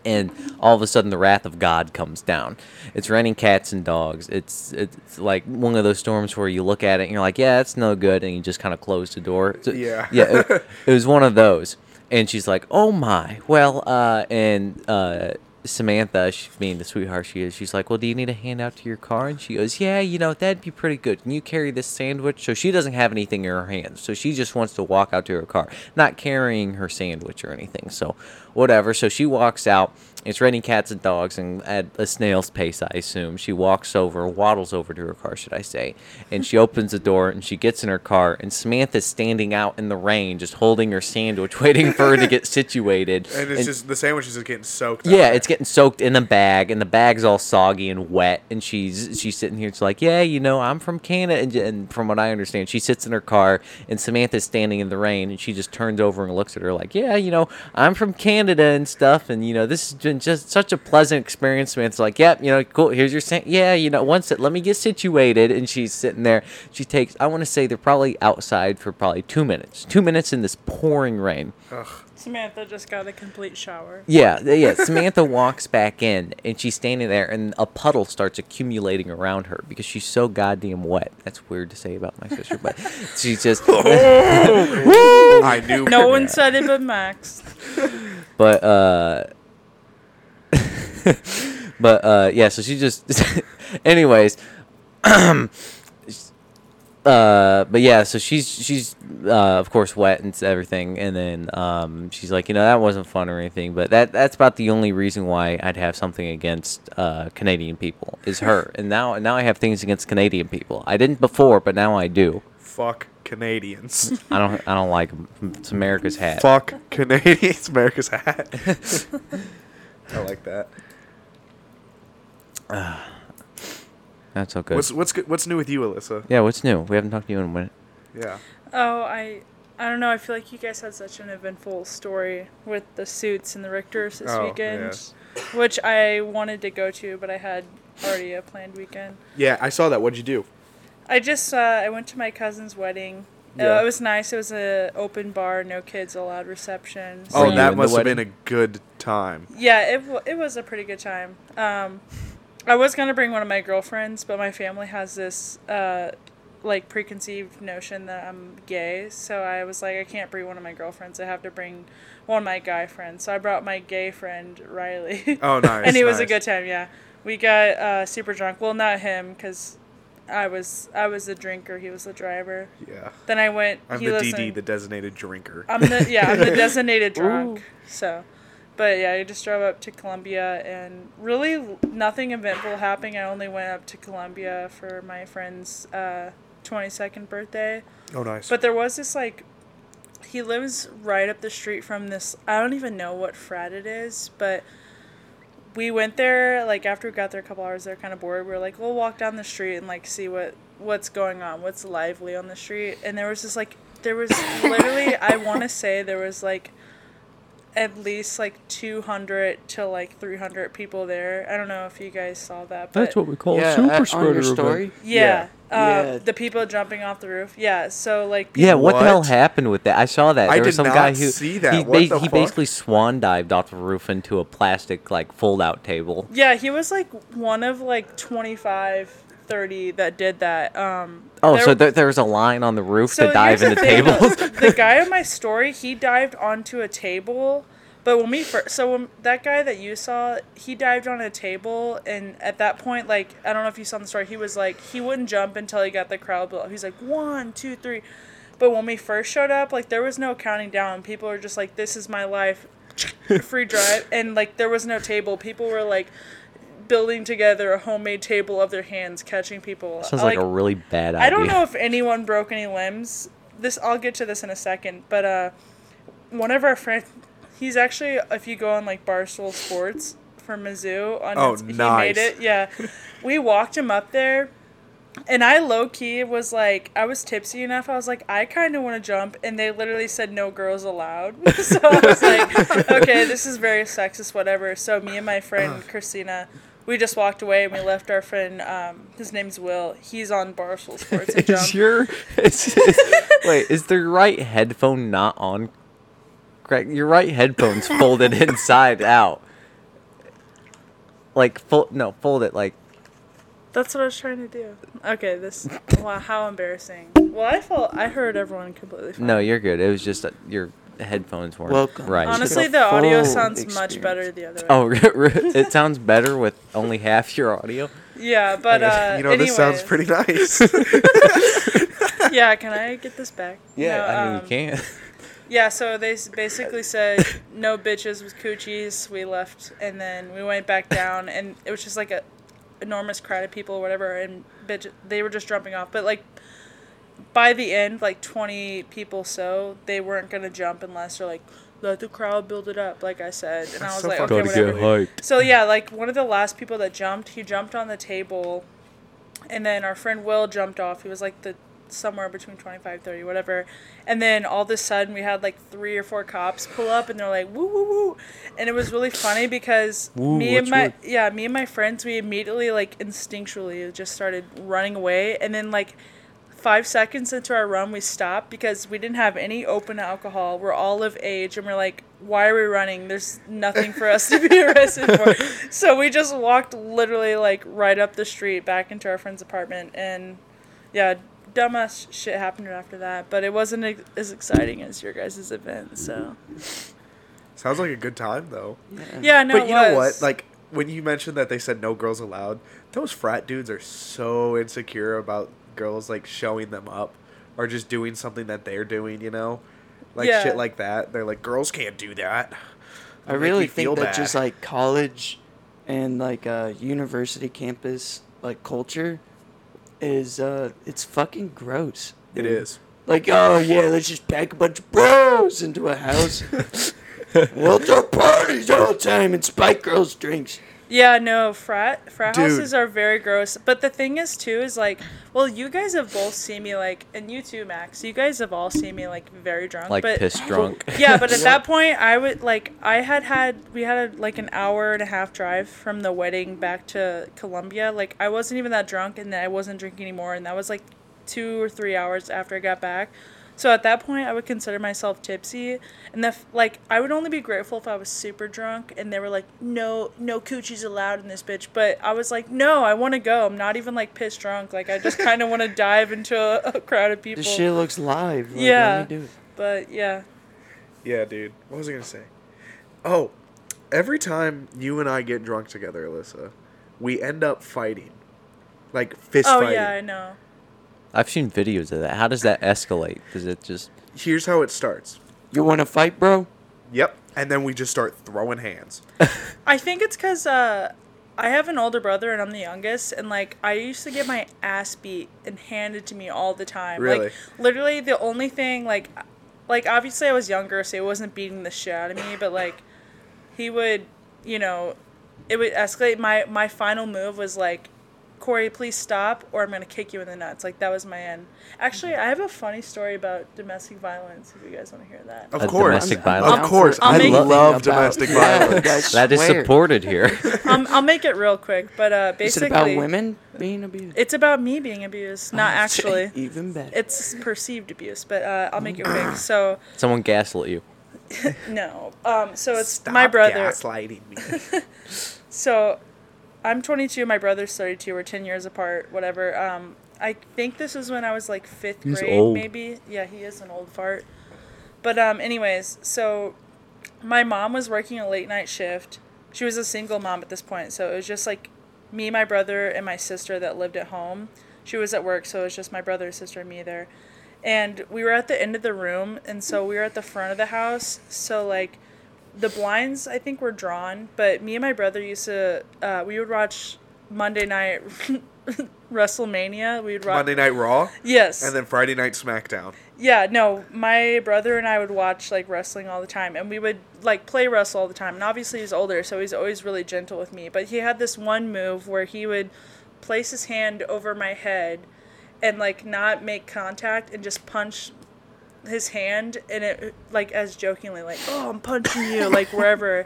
[SPEAKER 2] And all of a sudden, the wrath of God comes down. It's raining cats and dogs. It's it's like one of those storms where you look at it and you're like, yeah, that's no good, and you just kind of close the door. So-
[SPEAKER 4] Yeah.
[SPEAKER 2] yeah. It, it was one of those, and she's like, oh my. Well, uh, and uh, Samantha, she, being the sweetheart she is, she's like, well, do you need a handout to your car? And she goes, yeah, you know that'd be pretty good. Can you carry this sandwich? So she doesn't have anything in her hands, so she just wants to walk out to her car, not carrying her sandwich or anything. So whatever. So she walks out. It's raining cats and dogs, and at a snail's pace, I assume. She walks over, waddles over to her car, should I say, and she opens the door and she gets in her car. And Samantha's standing out in the rain, just holding her sandwich, waiting for her to get situated.
[SPEAKER 4] and it's
[SPEAKER 2] And-
[SPEAKER 4] just the sandwiches are getting soaked.
[SPEAKER 2] yeah, it's getting soaked in the bag, and the bag's all soggy and wet. And she's she's sitting here. It's like, yeah, you know, I'm from Canada, and, and from what I understand, she sits in her car, and Samantha's standing in the rain, and she just turns over and looks at her like, yeah, you know, I'm from Canada and stuff, and you know, this has been just such a pleasant experience. Samantha's like, yep, you know, cool. Here's your sa- yeah, you know, once it, let me get situated, and she's sitting there. She takes, I want to say they're probably outside for probably two minutes, two minutes in this pouring rain.
[SPEAKER 3] Samantha just got a complete shower.
[SPEAKER 2] Yeah, th- yeah. Samantha walks back in, and she's standing there, and a puddle starts accumulating around her because she's so goddamn wet. That's weird to say about my sister, but she's just.
[SPEAKER 4] I knew.
[SPEAKER 3] No one said it but Max.
[SPEAKER 2] but uh but uh yeah so she just anyways uh but yeah so she's she's uh of course wet and everything and then um she's like you know that wasn't fun or anything but that that's about the only reason why i'd have something against uh canadian people is her and now now i have things against canadian people i didn't before but now i do
[SPEAKER 4] Fuck Canadians.
[SPEAKER 2] i don't i don't like 'em. it's america's hat
[SPEAKER 4] Fuck Canadians. America's hat. I like that.
[SPEAKER 2] that's okay
[SPEAKER 4] What's what's good, what's new with you, Alyssa?
[SPEAKER 2] yeah what's new we haven't talked to you in a minute
[SPEAKER 4] Yeah.
[SPEAKER 3] Oh, I I don't know. I feel like you guys had such an eventful story with the suits and the Richters this
[SPEAKER 4] Oh,
[SPEAKER 3] weekend,
[SPEAKER 4] yes.
[SPEAKER 3] which I wanted to go to, but I had already a planned weekend.
[SPEAKER 4] Yeah, I saw that. What'd you do?
[SPEAKER 3] I just uh, I went to my cousin's wedding
[SPEAKER 4] Yeah.
[SPEAKER 3] Uh, it was nice. It was a open bar, no kids allowed reception.
[SPEAKER 4] Oh,
[SPEAKER 2] you in
[SPEAKER 4] that
[SPEAKER 2] the
[SPEAKER 4] must have been a
[SPEAKER 2] wedding?
[SPEAKER 4] good time.
[SPEAKER 3] Yeah, it, w- it was a pretty good time. Um, I was going to bring one of my girlfriends, but my family has this uh, like preconceived notion that I'm gay. So I was like, I can't bring one of my girlfriends. I have to bring one of my guy friends. So I brought my gay friend, Riley.
[SPEAKER 4] Oh, nice.
[SPEAKER 3] and it was a
[SPEAKER 4] nice.
[SPEAKER 3] good time, yeah. We got uh, super drunk. Well, not him, because I was, I was the drinker, he was the driver.
[SPEAKER 4] Yeah.
[SPEAKER 3] Then I went.
[SPEAKER 4] I'm
[SPEAKER 3] he
[SPEAKER 4] the
[SPEAKER 3] lives in-
[SPEAKER 4] DD, the designated drinker.
[SPEAKER 3] I'm the yeah, I'm the designated drunk. So, but yeah, I just drove up to Columbia and really nothing eventful happening. I only went up to Columbia for my friend's uh, 22nd birthday.
[SPEAKER 4] Oh, nice.
[SPEAKER 3] But there was this like, he lives right up the street from this. I don't even know what frat it is, but we went there like after we got there a couple hours. They're kind of bored. We were like, we'll walk down the street and like see what what's going on, what's lively on the street. And there was this like, there was literally, I want to say there was like. At least like two hundred to like three hundred people there. I don't know if you guys saw that, but
[SPEAKER 2] That's what we call
[SPEAKER 1] yeah,
[SPEAKER 2] a
[SPEAKER 1] uh,
[SPEAKER 2] super
[SPEAKER 1] on
[SPEAKER 2] spreader
[SPEAKER 1] your story.
[SPEAKER 2] event.
[SPEAKER 3] yeah. Uh,
[SPEAKER 1] Yeah.
[SPEAKER 3] The people jumping off the roof. Yeah. So like.
[SPEAKER 2] Yeah, what, the hell
[SPEAKER 4] What?
[SPEAKER 2] happened with that? I saw that.
[SPEAKER 4] I
[SPEAKER 2] there was
[SPEAKER 4] did
[SPEAKER 2] some
[SPEAKER 4] not
[SPEAKER 2] guy who
[SPEAKER 4] see that.
[SPEAKER 2] He,
[SPEAKER 4] What the
[SPEAKER 2] he
[SPEAKER 4] fuck?
[SPEAKER 2] basically swan dived off the roof into a plastic like fold out table.
[SPEAKER 3] Yeah, he was like one of like 25, 30 that did that. Um.
[SPEAKER 2] Oh,
[SPEAKER 3] there-
[SPEAKER 2] so there, there was a line on the roof
[SPEAKER 3] so
[SPEAKER 2] to dive
[SPEAKER 3] here's
[SPEAKER 2] into
[SPEAKER 3] the thing.
[SPEAKER 2] tables.
[SPEAKER 3] the guy in my story, he dived onto a table. But when we first, so when that guy that you saw, he dived on a table, and at that point, like I don't know if you saw in the story, he was like he wouldn't jump until he got the crowd blow. He's like one, two, three. But when we first showed up, like there was no counting down. People were just like, "This is my life, free drive," and like there was no table. People were like building together a homemade table of their hands, catching people.
[SPEAKER 2] Sounds like, a really bad idea.
[SPEAKER 3] I don't know if anyone broke any limbs. This I'll get to this in a second, but uh, one of our friends, he's actually if you go on like Barstool Sports from Mizzou, on
[SPEAKER 4] Oh,
[SPEAKER 3] his- he
[SPEAKER 4] nice.
[SPEAKER 3] made it. Yeah, we walked him up there, and I low key was like, I was tipsy enough. I was like, I kind of want to jump, and they literally said no girls allowed. so I was like, okay, this is very sexist, whatever. So me and my friend Christina. We just walked away and we left our friend. Um, his name's Will. He's on Barstool Sports. And
[SPEAKER 2] Is
[SPEAKER 3] jumped.
[SPEAKER 2] your is, is, wait? Is the right headphone not on? Correct. Your right headphone's folded inside out. Like fold no fold it like
[SPEAKER 3] That's what I was trying to do. Okay, this. wow, how embarrassing. Well, I felt I heard everyone completely. Fine.
[SPEAKER 2] no you're good. It was just that your headphones weren't
[SPEAKER 1] Welcome.
[SPEAKER 2] right.
[SPEAKER 3] Honestly,
[SPEAKER 1] It's a
[SPEAKER 3] the audio
[SPEAKER 1] full
[SPEAKER 3] sounds
[SPEAKER 1] experience.
[SPEAKER 3] much better the other way.
[SPEAKER 2] Oh, it sounds better with only half your audio.
[SPEAKER 3] Yeah, but uh,
[SPEAKER 4] you know, this sounds
[SPEAKER 3] anyways.
[SPEAKER 4] pretty nice.
[SPEAKER 3] Yeah, can I get this back? No,
[SPEAKER 2] I mean
[SPEAKER 3] um,
[SPEAKER 2] you can't.
[SPEAKER 3] Yeah, so they s- basically said no bitches with coochies. We left, and then we went back down, and it was just like a enormous crowd of people, or whatever, and bitch, they were just jumping off. But like by the end, like twenty people, so they weren't gonna jump unless they're like let the crowd build it up, like I said, and I was
[SPEAKER 4] so
[SPEAKER 3] like,
[SPEAKER 4] fucking
[SPEAKER 3] okay, whatever.
[SPEAKER 2] hyped.
[SPEAKER 3] So yeah, like one of the last people that jumped, he jumped on the table, and then our friend Will jumped off. He was like the somewhere between 25, 30, whatever. And then all of a sudden, we had like three or four cops pull up, and they're like woo woo woo, and it was really funny because
[SPEAKER 2] Woo,
[SPEAKER 3] me and
[SPEAKER 2] what's
[SPEAKER 3] my
[SPEAKER 2] woo?
[SPEAKER 3] yeah me and my friends we immediately like instinctually just started running away, and then like. Five seconds into our run, we stopped because we didn't have any open alcohol. We're all of age, and we're like, "Why are we running? There's nothing for us to be arrested for." So we just walked literally like right up the street back into our friend's apartment, and yeah, dumbass shit happened after that. But it wasn't ex- as exciting as your guys' event. So
[SPEAKER 4] sounds like a good time though.
[SPEAKER 3] yeah, no.
[SPEAKER 4] Mm-hmm. but
[SPEAKER 3] it
[SPEAKER 4] you know what?
[SPEAKER 3] was.
[SPEAKER 4] Like when you mentioned that they said no girls allowed, those frat dudes are so insecure about girls like showing them up or just doing something that they're doing. You know, like
[SPEAKER 3] Yeah.
[SPEAKER 4] shit like that. They're like, girls can't do that.
[SPEAKER 1] I
[SPEAKER 4] Make
[SPEAKER 1] really
[SPEAKER 4] me feel
[SPEAKER 1] think that
[SPEAKER 4] bad.
[SPEAKER 1] just like college and like uh, university campus like culture is uh it's fucking gross.
[SPEAKER 4] it
[SPEAKER 3] Mm.
[SPEAKER 1] dude.
[SPEAKER 4] is.
[SPEAKER 1] Like, oh yeah, let's just pack a bunch of bros into a house. we'll throw parties all the time and spike girls drinks.
[SPEAKER 3] Yeah, no, frat frat
[SPEAKER 4] Dude.
[SPEAKER 3] houses are very gross. But the thing is too is like, well, you guys have both seen me like, and you too, Max. You guys have all seen me like very drunk,
[SPEAKER 2] Like
[SPEAKER 3] but
[SPEAKER 2] piss drunk.
[SPEAKER 3] yeah, but at that point, I would like I had had we had a, like an hour and a half drive from the wedding back to Columbia. Like I wasn't even that drunk, and then I wasn't drinking anymore, and that was like two or three hours after I got back. So at that point, I would consider myself tipsy, and the f- like I would only be grateful if I was super drunk and they were like, "No, no coochies allowed in this bitch." But I was like, "No, I want to go. I'm not even like pissed drunk. Like I just kind of want to dive into a, a crowd of people."
[SPEAKER 1] This shit looks live. Like,
[SPEAKER 3] Yeah.
[SPEAKER 1] Let me do it.
[SPEAKER 3] But yeah,
[SPEAKER 4] Yeah, dude. What was I gonna say? Oh, every time you and I get drunk together, Alyssa, we end up fighting, like fist
[SPEAKER 3] oh
[SPEAKER 4] fighting.
[SPEAKER 3] yeah, I know.
[SPEAKER 2] I've seen videos of that. How does that escalate? Does it just
[SPEAKER 4] Here's how it starts.
[SPEAKER 1] You want to fight, bro?
[SPEAKER 4] Yep, and then we just start throwing hands.
[SPEAKER 3] I think it's because uh, I have an older brother and I'm the youngest, and like I used to get my ass beat and handed to me all the time.
[SPEAKER 4] Really?
[SPEAKER 3] Like literally, the only thing like, like obviously I was younger, so he wasn't beating the shit out of me, but like he would, you know, it would escalate. My my final move was like. Corey, please stop, or I'm gonna kick you in the nuts. Like that was my end. Actually,
[SPEAKER 1] Mm-hmm.
[SPEAKER 3] I have a funny story about domestic violence. If you guys want to hear that,
[SPEAKER 4] Of
[SPEAKER 2] Uh,
[SPEAKER 4] course,
[SPEAKER 2] domestic
[SPEAKER 1] I'm- I'm
[SPEAKER 2] violence.
[SPEAKER 1] down
[SPEAKER 4] Of course,
[SPEAKER 1] for
[SPEAKER 3] I'll
[SPEAKER 4] I
[SPEAKER 3] make-
[SPEAKER 4] love
[SPEAKER 1] anything
[SPEAKER 4] domestic
[SPEAKER 1] about-
[SPEAKER 4] violence.
[SPEAKER 2] that is
[SPEAKER 1] swear.
[SPEAKER 2] supported here?
[SPEAKER 3] um, I'll make it real quick. But uh,
[SPEAKER 1] Is it
[SPEAKER 3] basically,
[SPEAKER 1] about women being abused?
[SPEAKER 3] It's about me being abused, not
[SPEAKER 2] Oh,
[SPEAKER 3] actually.
[SPEAKER 1] Even better.
[SPEAKER 3] It's perceived abuse, but uh, I'll make it
[SPEAKER 2] Ah.
[SPEAKER 3] quick. So
[SPEAKER 2] Someone gaslit you.
[SPEAKER 3] no, um, so it's my brother.
[SPEAKER 4] gaslighting me.
[SPEAKER 3] So I'm 22, my brother's 32. We're 10 years apart. Whatever. Um, I think this was when I was like fifth
[SPEAKER 2] He's
[SPEAKER 3] grade,
[SPEAKER 2] old.
[SPEAKER 3] maybe. Yeah, he is an old fart. But um, anyways, so my mom was working a late night shift. She was a single mom at this point, so it was just like me, my brother, and my sister that lived at home. She was at work, so it was just my brother, sister, and me there. And we were at the end of the room, and so we were at the front of the house. So like, the blinds I think were drawn, but me and my brother used to uh, we would watch Monday night WrestleMania. We would watch
[SPEAKER 4] Monday Night Raw,
[SPEAKER 3] Yes.
[SPEAKER 4] and then Friday Night SmackDown.
[SPEAKER 3] Yeah, no, my brother and I would watch like wrestling all the time, and we would like play wrestle all the time. And obviously, he's older, so he's always really gentle with me. But he had this one move where he would place his hand over my head and like not make contact and just punch his hand, and it like as jokingly, like, oh, I'm punching you, like wherever.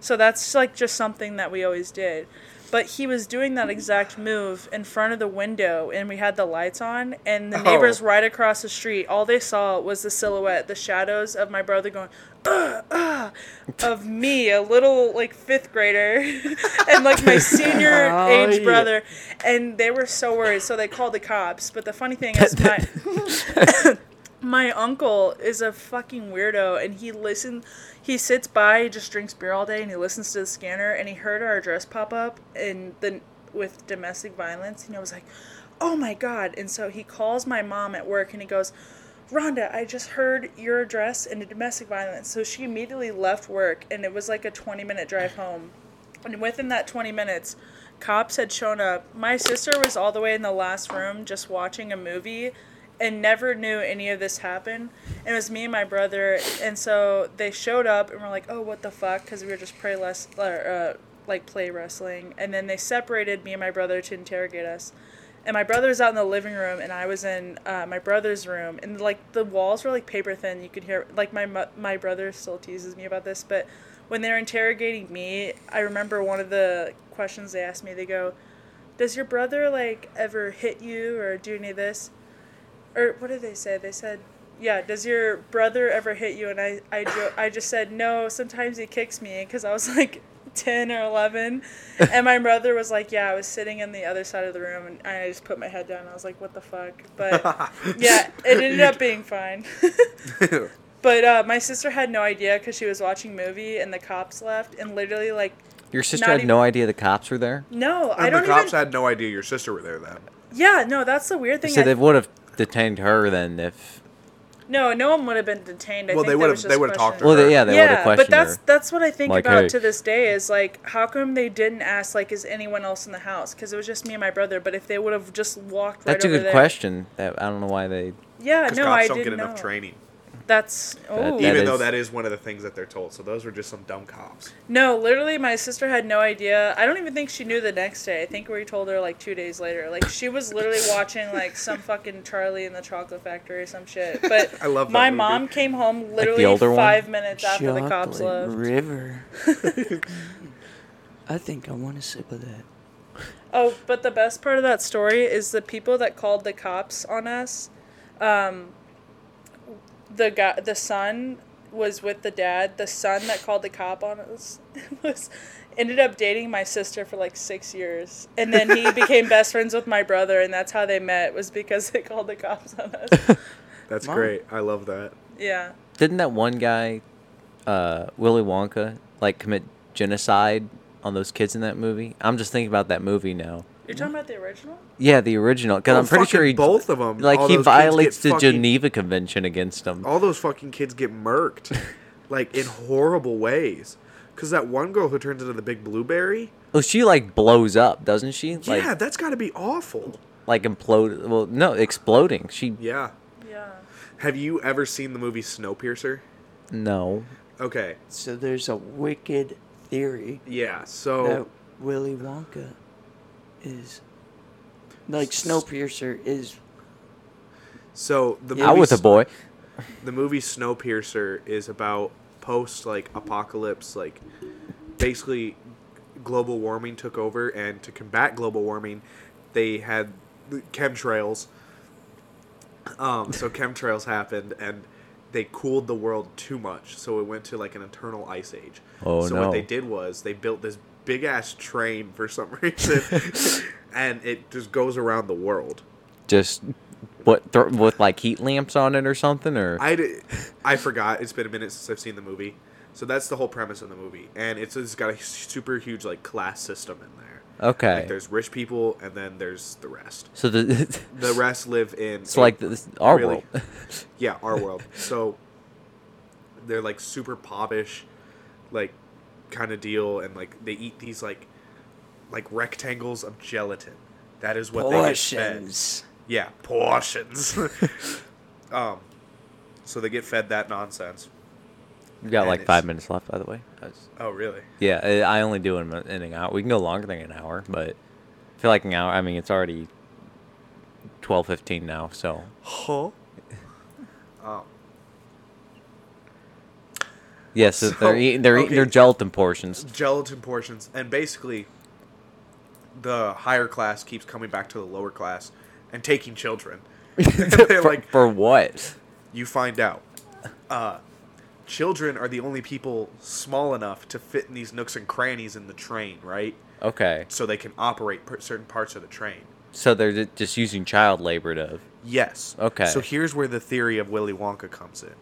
[SPEAKER 3] So that's like just something that we always did. But he was doing that exact move in front of the window, and we had the lights on, and the
[SPEAKER 4] Oh.
[SPEAKER 3] neighbors right across the street, all they saw was the silhouette, the shadows of my brother going, ah, ah, of me, a little like fifth grader, and like my senior
[SPEAKER 1] Oh,
[SPEAKER 3] age
[SPEAKER 1] yeah.
[SPEAKER 3] brother, and they were so worried, so they called the cops. But the funny thing is, my my uncle is a fucking weirdo and he listen he sits by he just drinks beer all day and he listens to the scanner and he heard our address pop up and then with domestic violence and i was like oh my god and so he calls my mom at work and he goes rhonda i just heard your address and domestic violence so she immediately left work and it was like a 20 minute drive home and within that 20 minutes, cops had shown up. My sister was all the way in the last room just watching a movie and never knew any of this happened. And it was me and my brother. And so they showed up and were like, oh, what the fuck? Because we were just play less, or, uh, like play wrestling. And then they separated me and my brother to interrogate us. And my brother was out in the living room, and I was in uh, my brother's room. And like the walls were like paper thin. You could hear like my mo- my brother still teases me about this, but when they're interrogating me, I remember one of the questions they asked me. They go, "Does your brother like ever hit you or do any of this?" Or what did they say? They said, "Yeah, does your brother ever hit you?" And I I, jo- I just said, "No, sometimes he kicks me because I was like 10 or 11." and my brother was like, "Yeah, I was sitting in the other side of the room and I just put my head down. I was like, "What the fuck?" But yeah, it ended up being fine. But uh, my sister had no idea because she was watching movie and the cops left and literally like
[SPEAKER 2] Your sister
[SPEAKER 3] Not
[SPEAKER 2] had
[SPEAKER 3] even-
[SPEAKER 2] no idea the cops were there,
[SPEAKER 3] no I
[SPEAKER 4] And the
[SPEAKER 3] don't
[SPEAKER 4] cops
[SPEAKER 3] even
[SPEAKER 4] had no idea your sister were there then.
[SPEAKER 3] yeah no that's the weird thing
[SPEAKER 2] so
[SPEAKER 3] I-
[SPEAKER 2] they would have detained her then if.
[SPEAKER 3] no no one would have been detained I
[SPEAKER 4] Well,
[SPEAKER 3] think
[SPEAKER 4] they
[SPEAKER 3] there
[SPEAKER 4] would've-
[SPEAKER 3] was just
[SPEAKER 4] they would've talked to
[SPEAKER 3] questioning.
[SPEAKER 2] Well, they, yeah, they would have
[SPEAKER 3] yeah but
[SPEAKER 2] questioned
[SPEAKER 3] that's
[SPEAKER 2] her.
[SPEAKER 3] that's what I think
[SPEAKER 2] Like,
[SPEAKER 3] about
[SPEAKER 2] hey.
[SPEAKER 3] to this day is like how come they didn't ask like is anyone else in the house because it was just me and my brother but if they would have just walked
[SPEAKER 2] That's
[SPEAKER 3] right
[SPEAKER 2] a good
[SPEAKER 3] over there-
[SPEAKER 2] question. That I don't know why they.
[SPEAKER 3] yeah
[SPEAKER 4] Because
[SPEAKER 3] no
[SPEAKER 4] cops
[SPEAKER 3] I
[SPEAKER 4] don't get
[SPEAKER 3] didn't
[SPEAKER 4] enough
[SPEAKER 3] know.
[SPEAKER 4] training.
[SPEAKER 3] that's
[SPEAKER 2] That-
[SPEAKER 3] oh
[SPEAKER 2] that
[SPEAKER 4] Even
[SPEAKER 2] is-
[SPEAKER 4] though that is one of the things that they're told. So those were just some dumb cops.
[SPEAKER 3] No, literally, my sister had no idea. I don't even think she knew the next day. I think we told her like two days later. Like she was literally watching like some fucking Charlie in the Chocolate Factory or some shit. But
[SPEAKER 4] I love that
[SPEAKER 3] my
[SPEAKER 4] movie.
[SPEAKER 3] mom came home literally
[SPEAKER 2] older one?
[SPEAKER 3] five minutes after the cops
[SPEAKER 1] Chocolate
[SPEAKER 3] left.
[SPEAKER 1] River. I think I want a sip of that.
[SPEAKER 3] Oh, but the best part of that story is the people that called the cops on us. Um, the guy, the son was with the dad. The son that called the cop on us was ended up dating my sister for like six years, and then he became best friends with my brother, and that's how they met. Was because they called the cops on us.
[SPEAKER 4] That's
[SPEAKER 1] Mom.
[SPEAKER 4] great. I love that.
[SPEAKER 3] yeah.
[SPEAKER 2] Didn't that one guy, uh, Willy Wonka, like commit genocide on those kids in that movie? I'm just thinking about that movie now.
[SPEAKER 3] You're talking about the original?
[SPEAKER 2] Yeah, the original. Because
[SPEAKER 4] Oh,
[SPEAKER 2] I'm pretty sure
[SPEAKER 4] fucking
[SPEAKER 2] he
[SPEAKER 4] both of 'em.
[SPEAKER 2] Like
[SPEAKER 4] All
[SPEAKER 2] he
[SPEAKER 4] those kids get
[SPEAKER 2] violates the
[SPEAKER 4] fucking- Oh.
[SPEAKER 2] Geneva Convention against them.
[SPEAKER 4] All those fucking kids get murked, like in horrible ways. Cause that one girl who turns into the big blueberry.
[SPEAKER 2] Oh, she like blows up, doesn't she? Like
[SPEAKER 4] yeah, that's got to be awful.
[SPEAKER 2] like implode. Well, no, exploding. She
[SPEAKER 4] Yeah.
[SPEAKER 3] Yeah.
[SPEAKER 4] Have you ever seen the movie Snowpiercer?
[SPEAKER 2] no.
[SPEAKER 4] Okay.
[SPEAKER 1] So there's a wicked theory
[SPEAKER 4] Yeah. So
[SPEAKER 1] that Willy Wonka is like Snowpiercer is
[SPEAKER 4] so the
[SPEAKER 1] Yeah,
[SPEAKER 2] Out with a
[SPEAKER 4] S-
[SPEAKER 2] boy.
[SPEAKER 4] the movie Snowpiercer is about post like apocalypse like basically global warming took over and to combat global warming they had the chemtrails um so chemtrails happened and they cooled the world too much so it went to like an eternal ice age
[SPEAKER 2] Oh,
[SPEAKER 4] so
[SPEAKER 2] no.
[SPEAKER 4] what they did was they built this big ass train for some reason and it just goes around the world
[SPEAKER 2] Just what thro with like heat lamps on it or something or
[SPEAKER 4] I, di- I forgot. It's been a minute since I've seen the movie. So that's the whole premise of the movie. And it's, it's got a super huge like class system in there.
[SPEAKER 2] okay.
[SPEAKER 4] Like there's rich people and then there's the rest.
[SPEAKER 2] so the
[SPEAKER 4] The rest live in
[SPEAKER 2] it's like this, our world.
[SPEAKER 4] Yeah, our world. So they're like super popish like kind of deal and like they eat these like like rectangles of gelatin. That is what they get fed.
[SPEAKER 1] portions.
[SPEAKER 4] Yeah, portions. um so they get fed that nonsense.
[SPEAKER 2] We got
[SPEAKER 4] And
[SPEAKER 2] like
[SPEAKER 4] it's-
[SPEAKER 2] five minutes left, by the way. I was-
[SPEAKER 4] Oh, really?
[SPEAKER 2] yeah, I I only do an, an hour. We can go longer than an hour, but I feel like an hour. I mean, it's already twelve fifteen now, so
[SPEAKER 4] Huh? Oh.
[SPEAKER 2] Yes,
[SPEAKER 4] So,
[SPEAKER 2] they're eating they're eating their
[SPEAKER 4] okay.
[SPEAKER 2] gelatin portions.
[SPEAKER 4] Gelatin portions. And basically, the higher class keeps coming back to the lower class and taking children. And they're
[SPEAKER 2] for,
[SPEAKER 4] like,
[SPEAKER 2] for what?
[SPEAKER 4] you find out. Uh, children are the only people small enough to fit in these nooks and crannies in the train, right?
[SPEAKER 2] Okay,
[SPEAKER 4] So they can operate per- certain parts of the train.
[SPEAKER 2] so they're ju- just using child labor to.
[SPEAKER 4] Yes.
[SPEAKER 2] Okay.
[SPEAKER 4] So here's where the theory of Willy Wonka comes in.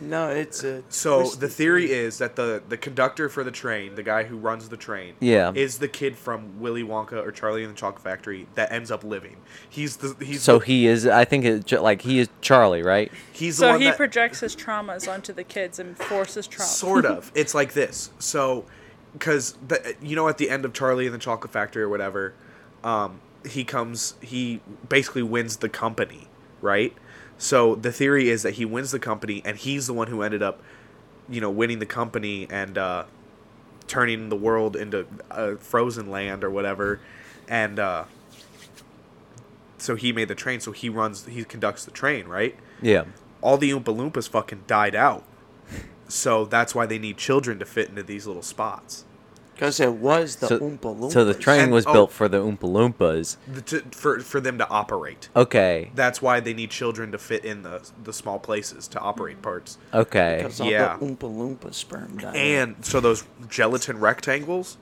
[SPEAKER 1] No, it's a
[SPEAKER 4] So
[SPEAKER 1] twisted
[SPEAKER 4] the theory is that the the conductor for the train, the guy who runs the train,
[SPEAKER 2] Yeah.
[SPEAKER 4] is the kid from Willy Wonka or Charlie and the Chocolate Factory that ends up living. He's the he's
[SPEAKER 2] So
[SPEAKER 4] the,
[SPEAKER 2] he is. I think it's ju- like he is Charlie, right?
[SPEAKER 4] he's the
[SPEAKER 3] So
[SPEAKER 4] one
[SPEAKER 3] he
[SPEAKER 4] that
[SPEAKER 3] projects his traumas onto the kids and forces trauma.
[SPEAKER 4] sort of it's like this. So because the you know at the end of Charlie and the Chocolate Factory or whatever, um, he comes he basically wins the company, right? So the theory is that he wins the company and he's the one who ended up, you know, winning the company and. uh turning the world into a frozen land or whatever and uh so he made the train so he runs he conducts the train right
[SPEAKER 2] Yeah.
[SPEAKER 4] all the oompa loompas fucking died out so that's why they need children to fit into these little spots
[SPEAKER 1] because it was the
[SPEAKER 2] so,
[SPEAKER 1] Oompa Loompas.
[SPEAKER 2] so the train
[SPEAKER 4] And-
[SPEAKER 2] was
[SPEAKER 4] oh.
[SPEAKER 2] built for the Oompa Loompas.
[SPEAKER 4] the, to, for for them to operate
[SPEAKER 2] Okay.
[SPEAKER 4] that's why they need children to fit in the the small places to operate parts
[SPEAKER 2] Okay.
[SPEAKER 1] because all
[SPEAKER 4] yeah.
[SPEAKER 1] the Oompa Loompa sperm died.
[SPEAKER 4] and so those gelatin rectangles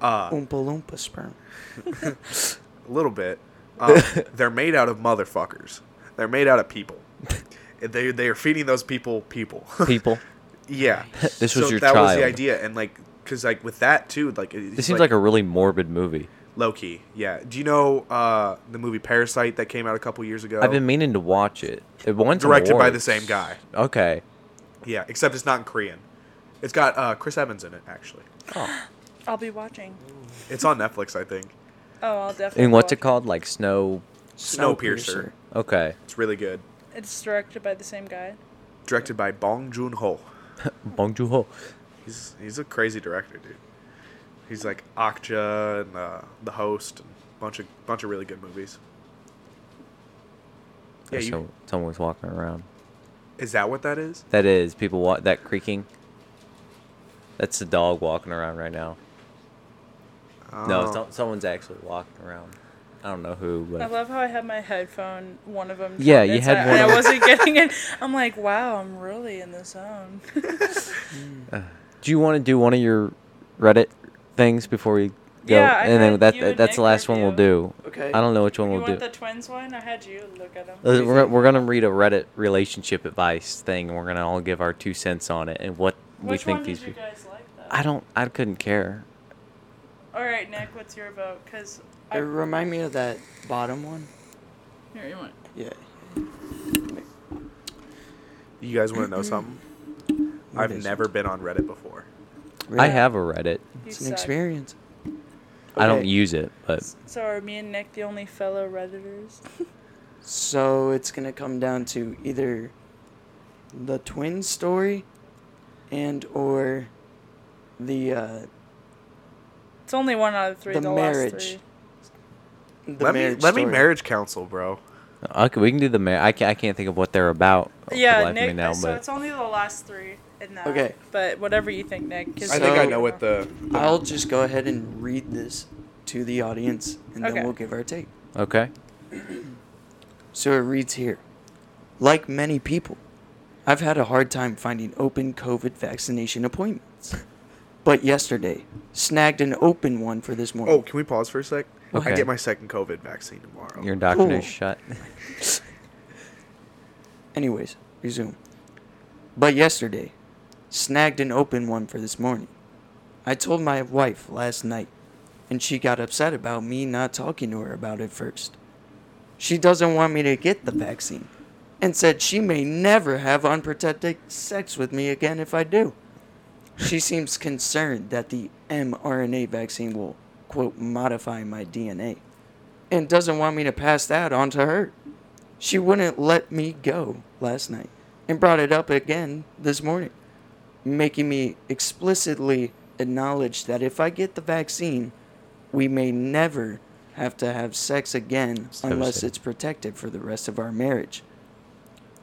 [SPEAKER 1] Oompa Loompa sperm.
[SPEAKER 4] a little bit. Um, they're made out of motherfuckers. They're made out of people. And they they are feeding those people people.
[SPEAKER 2] People.
[SPEAKER 4] yeah.
[SPEAKER 2] This was
[SPEAKER 4] so
[SPEAKER 2] your
[SPEAKER 4] that was
[SPEAKER 2] child.
[SPEAKER 4] the idea, and like, cause like with that too, like it
[SPEAKER 2] This seems like, a really morbid movie.
[SPEAKER 4] low key. Yeah. Do you know uh, the movie Parasite that came out a couple years ago?
[SPEAKER 2] I've been meaning to watch it. It won some
[SPEAKER 4] Oh. directed by the
[SPEAKER 2] awards.
[SPEAKER 4] same guy.
[SPEAKER 2] Okay.
[SPEAKER 4] Yeah, except it's not in Korean. It's got uh, Chris Evans in it actually.
[SPEAKER 3] I'll be watching.
[SPEAKER 4] It's on Netflix, I think.
[SPEAKER 3] Oh, I'll definitely.
[SPEAKER 2] And what's it
[SPEAKER 3] watch
[SPEAKER 2] called? Like Snow.
[SPEAKER 4] Snowpiercer.
[SPEAKER 2] Okay.
[SPEAKER 4] It's really good.
[SPEAKER 3] It's directed by the same guy.
[SPEAKER 4] Directed by Bong Joon Ho.
[SPEAKER 2] Bong Joon Ho.
[SPEAKER 4] He's he's a crazy director, dude. He's like Okja and uh, The Host and bunch of bunch of really good movies. Yeah, you-
[SPEAKER 2] So- someone's walking around.
[SPEAKER 4] is that what that is?
[SPEAKER 2] That is people walk that creaking. That's the dog walking around right now. No,
[SPEAKER 4] Oh.
[SPEAKER 2] so- someone's actually walking around. I don't know who,
[SPEAKER 3] I
[SPEAKER 2] but
[SPEAKER 3] love how I had my headphone, one of them.
[SPEAKER 2] Yeah, you had
[SPEAKER 3] I,
[SPEAKER 2] one
[SPEAKER 3] And
[SPEAKER 2] of-
[SPEAKER 3] I wasn't getting it. I'm like, wow, I'm really in the zone.
[SPEAKER 2] do you want to do one of your Reddit things before we go?
[SPEAKER 3] Yeah, I
[SPEAKER 2] and then
[SPEAKER 3] had
[SPEAKER 2] that
[SPEAKER 3] you and
[SPEAKER 2] that's
[SPEAKER 3] Nick
[SPEAKER 2] the last one we'll
[SPEAKER 3] review.
[SPEAKER 2] do.
[SPEAKER 1] Okay.
[SPEAKER 2] I don't know which one
[SPEAKER 3] you
[SPEAKER 2] we'll
[SPEAKER 3] want
[SPEAKER 2] do.
[SPEAKER 3] the twins one? I had you look at them.
[SPEAKER 2] Uh, we're, we're gonna read a Reddit relationship advice thing, and we're gonna all give our two cents on it and what we
[SPEAKER 3] Which
[SPEAKER 2] think
[SPEAKER 3] one
[SPEAKER 2] these.
[SPEAKER 3] did you
[SPEAKER 2] people-
[SPEAKER 3] guys like though?
[SPEAKER 2] I don't. I couldn't care.
[SPEAKER 3] All right, Nick, what's your vote? Cause I,
[SPEAKER 1] It remind me of that bottom one.
[SPEAKER 3] here you want.
[SPEAKER 1] Yeah.
[SPEAKER 4] You guys want to know something?
[SPEAKER 1] What
[SPEAKER 4] I've
[SPEAKER 1] is
[SPEAKER 4] never been on Reddit before.
[SPEAKER 2] I
[SPEAKER 1] Really?
[SPEAKER 2] have a Reddit.
[SPEAKER 3] You
[SPEAKER 1] It's an
[SPEAKER 3] suck.
[SPEAKER 1] experience.
[SPEAKER 2] I don't
[SPEAKER 4] Okay.
[SPEAKER 2] use it, but
[SPEAKER 3] So are me and Nick the only fellow redditors?
[SPEAKER 1] So it's gonna come down to either the twin story and or the uh
[SPEAKER 3] It's only one out of three.
[SPEAKER 1] The
[SPEAKER 3] The,
[SPEAKER 1] marriage.
[SPEAKER 3] last three.
[SPEAKER 2] Oh,
[SPEAKER 1] the
[SPEAKER 4] let me
[SPEAKER 1] marriage
[SPEAKER 4] let me
[SPEAKER 1] story.
[SPEAKER 4] marriage counsel, bro.
[SPEAKER 2] okay, we can do the. Mar- I can't. I can't think of what they're about. for the life
[SPEAKER 3] Yeah,
[SPEAKER 2] of me
[SPEAKER 3] Nick.
[SPEAKER 2] now,
[SPEAKER 3] so
[SPEAKER 2] but-
[SPEAKER 3] it's only the last three in that.
[SPEAKER 1] Okay.
[SPEAKER 3] But whatever you think, Nick. 'cause
[SPEAKER 4] I think I
[SPEAKER 1] So-
[SPEAKER 4] know what the
[SPEAKER 1] I'll just go ahead and read this to the audience and
[SPEAKER 3] Okay.
[SPEAKER 1] then we'll give our take.
[SPEAKER 2] Okay.
[SPEAKER 1] So it reads here Like many people, I've had a hard time finding open COVID vaccination appointments. But yesterday, snagged an open one for this morning.
[SPEAKER 4] Oh, can we pause for a sec?
[SPEAKER 2] Okay.
[SPEAKER 4] I get my second COVID vaccine tomorrow.
[SPEAKER 2] Your indoctrination
[SPEAKER 1] Cool.
[SPEAKER 2] shut.
[SPEAKER 1] Anyways, resume. But yesterday, snagged an open one for this morning. I told my wife last night, and she got upset about me not talking to her about it first. She doesn't want me to get the vaccine, and said she may never have unprotected sex with me again if I do. She seems concerned that the mRNA vaccine will, quote, modify my DNA, and doesn't want me to pass that on to her. She wouldn't let me go last night and brought it up again this morning, making me explicitly acknowledge that if I get the vaccine, we may never have to have sex again
[SPEAKER 2] It's
[SPEAKER 1] unless
[SPEAKER 2] devastating.
[SPEAKER 1] it's protected for the rest of our marriage.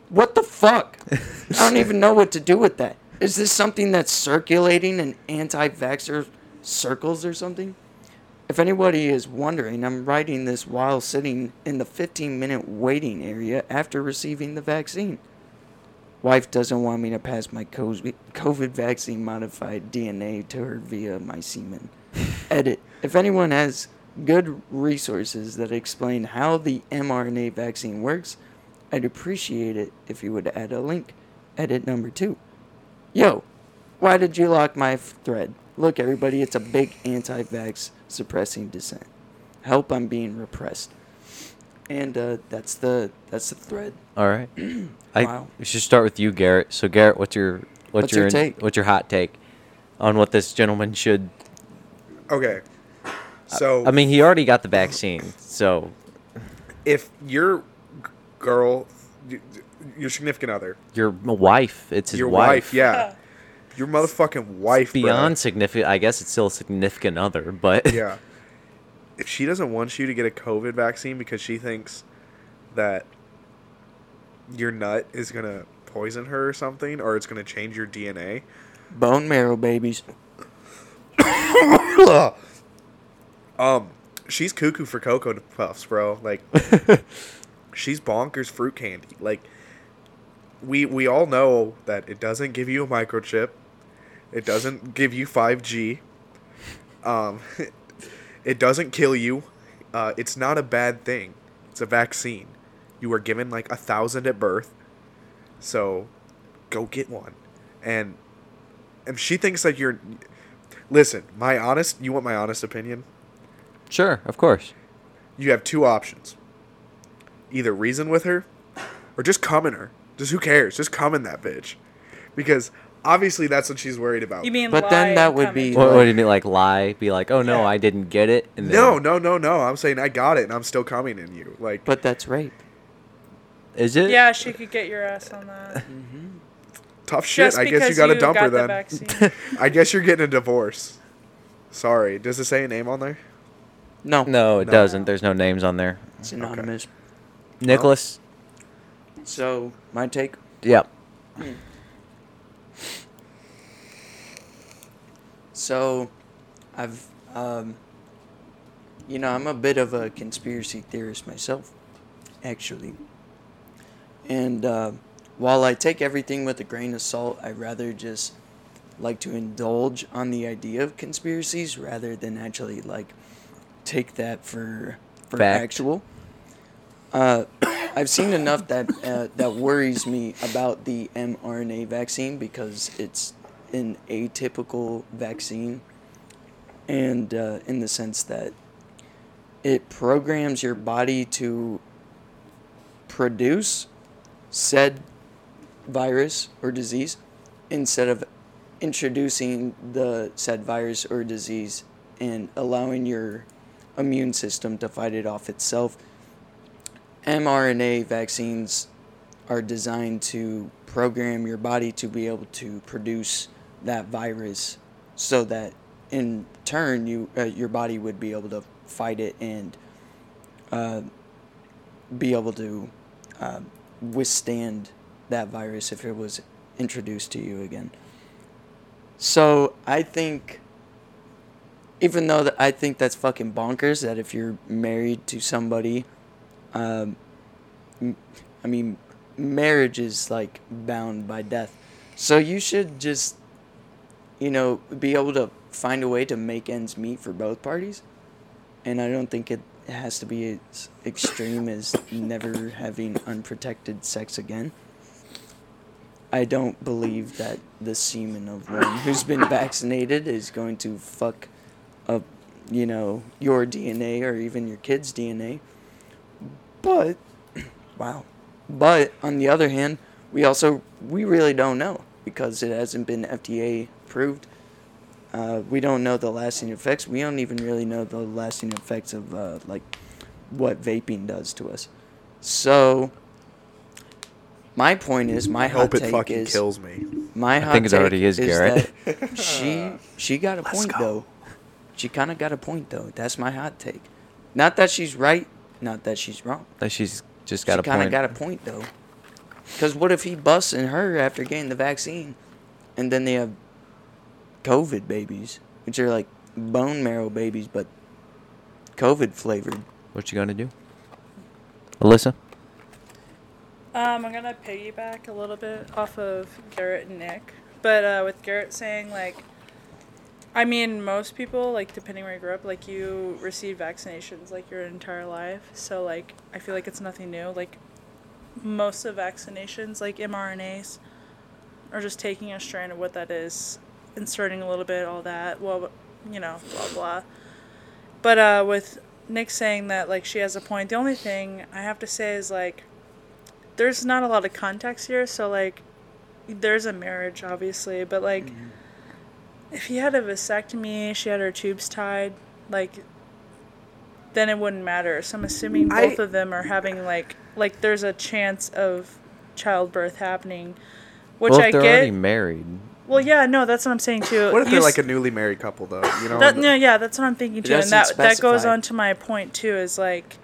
[SPEAKER 1] What the fuck? I don't even know what to do with that. Is this something that's circulating in anti vaxxer circles or something? If anybody is wondering, I'm writing this while sitting in the 15 minute waiting area after receiving the vaccine. Wife doesn't want me to pass my cos- COVID vaccine modified DNA to her via my semen. Edit. If anyone has good resources that explain how the mRNA vaccine works, I'd appreciate it if you would add a link. Edit number two. Yo, why did you lock my f- thread? Look, everybody, it's a big anti vax suppressing dissent. Help, I'm being repressed. And uh, that's the that's the thread.
[SPEAKER 2] All right. I
[SPEAKER 1] Wow.
[SPEAKER 2] we should start with you, Garrett. So Garrett, what's your what's,
[SPEAKER 1] What's your take?
[SPEAKER 2] what's your hot take on what this gentleman should?
[SPEAKER 4] Okay. So
[SPEAKER 2] Uh, I mean, he already got the vaccine, so
[SPEAKER 4] if your g- girl, y- y- your significant other,
[SPEAKER 2] your wife, it's his
[SPEAKER 4] your
[SPEAKER 2] wife.
[SPEAKER 4] wife, yeah, your motherfucking wife, bruh.
[SPEAKER 2] Beyond significant, I guess it's still a significant other, but
[SPEAKER 4] yeah. If she doesn't want you to get a COVID vaccine because she thinks that your nut is gonna poison her or something, or it's gonna change your DNA,
[SPEAKER 1] Bone marrow babies.
[SPEAKER 4] um, she's cuckoo for cocoa puffs, bro. Like, she's bonkers fruit candy. Like, we we all know that it doesn't give you a microchip, it doesn't give you five G, um, it doesn't kill you. Uh, it's not a bad thing. It's a vaccine. You were given like a thousand at birth, so go get one. And if she thinks that you're, listen, my honest. You want my honest opinion?
[SPEAKER 2] sure, of course.
[SPEAKER 4] you have two options either reason with her or just come in her just who cares just come in that bitch because obviously that's what she's worried about
[SPEAKER 3] You mean?
[SPEAKER 1] But then
[SPEAKER 3] lie
[SPEAKER 1] that
[SPEAKER 3] and
[SPEAKER 1] would
[SPEAKER 3] comment.
[SPEAKER 1] be-
[SPEAKER 2] What, what do you mean, like lie? Be like, oh no,
[SPEAKER 3] Yeah.
[SPEAKER 2] I didn't get it. And then-
[SPEAKER 4] no no no no i'm saying i got it and i'm still coming in you like
[SPEAKER 1] But that's rape.
[SPEAKER 2] is it?
[SPEAKER 3] Yeah, she could get your ass on that.
[SPEAKER 4] tough shit i guess you gotta dump her then
[SPEAKER 3] vaccine.
[SPEAKER 4] i guess you're getting a divorce sorry does it say a name on there
[SPEAKER 1] No.
[SPEAKER 2] No, it
[SPEAKER 4] No.
[SPEAKER 2] doesn't. There's no names on there.
[SPEAKER 1] It's anonymous.
[SPEAKER 2] Nicholas.
[SPEAKER 1] So, my take
[SPEAKER 2] Yep.
[SPEAKER 1] So, I've um, You know, I'm a bit of a conspiracy theorist myself, actually. And uh, while I take everything with a grain of salt, I rather just like to indulge on the idea of conspiracies rather than actually like take that for for
[SPEAKER 2] Fact.
[SPEAKER 1] actual. Uh, I've seen enough that uh, that worries me about the mRNA vaccine because it's an atypical vaccine, and uh, in the sense that it programs your body to produce said virus or disease instead of introducing the said virus or disease and allowing your immune system to fight it off itself. mRNA vaccines are designed to program your body to be able to produce that virus so that in turn you uh, your body would be able to fight it and uh, be able to uh, withstand that virus if it was introduced to you again. So I think, even though that I think that's fucking bonkers that if you're married to somebody, um, m- I mean, marriage is like bound by death. So you should just, you know, be able to find a way to make ends meet for both parties. And I don't think it has to be as extreme as never having unprotected sex again. I don't believe that the semen of one who's been vaccinated is going to fuck up, you know, your DNA or even your kid's DNA. But, wow. But on the other hand, we also we really don't know because it hasn't been FDA approved. Uh, we don't know the lasting effects. We don't even really know the lasting effects of uh, like what vaping does to us. So, my point is, my
[SPEAKER 4] I
[SPEAKER 1] hot
[SPEAKER 4] hope it
[SPEAKER 1] take
[SPEAKER 4] fucking
[SPEAKER 1] is
[SPEAKER 4] kills me.
[SPEAKER 1] my hot
[SPEAKER 2] think it
[SPEAKER 1] take
[SPEAKER 2] already is, Garrett.
[SPEAKER 1] that she she got a point
[SPEAKER 4] go.
[SPEAKER 1] though. She kind of got a point though. That's my hot take. Not that she's right. Not that she's wrong.
[SPEAKER 2] That she's just got
[SPEAKER 1] she
[SPEAKER 2] a
[SPEAKER 1] kind
[SPEAKER 2] point.
[SPEAKER 1] of got a point though. Because what if he busts in her after getting the vaccine, and then they have COVID babies, which are like bone marrow babies but COVID flavored.
[SPEAKER 2] what you gonna do, Alyssa?
[SPEAKER 3] Um, I'm gonna piggyback a little bit off of Garrett and Nick, but uh, with Garrett saying like, I mean, most people like depending where you grew up, like you receive vaccinations like your entire life, so like I feel like it's nothing new. Like most of vaccinations, like mRNAs, are just taking a strand of what that is, inserting a little bit, all that. Well, you know, blah blah. But uh, with Nick saying that like she has a point, the only thing I have to say is like there's not a lot of context here, so like there's a marriage obviously, but like if he had a vasectomy, she had her tubes tied, like then it wouldn't matter. So I'm assuming
[SPEAKER 4] I-
[SPEAKER 3] both of them are having like like there's a chance of childbirth happening, which
[SPEAKER 2] well, if
[SPEAKER 3] I
[SPEAKER 2] they're
[SPEAKER 3] get.
[SPEAKER 2] already married,
[SPEAKER 3] well, yeah, no, that's what I'm saying too.
[SPEAKER 4] What if
[SPEAKER 3] You
[SPEAKER 4] they're
[SPEAKER 3] s-
[SPEAKER 4] like a newly married couple though? You know,
[SPEAKER 3] that, no, yeah, that's what I'm thinking too, and
[SPEAKER 1] doesn't
[SPEAKER 3] that that goes
[SPEAKER 1] specify.
[SPEAKER 3] on to my point too. Is like,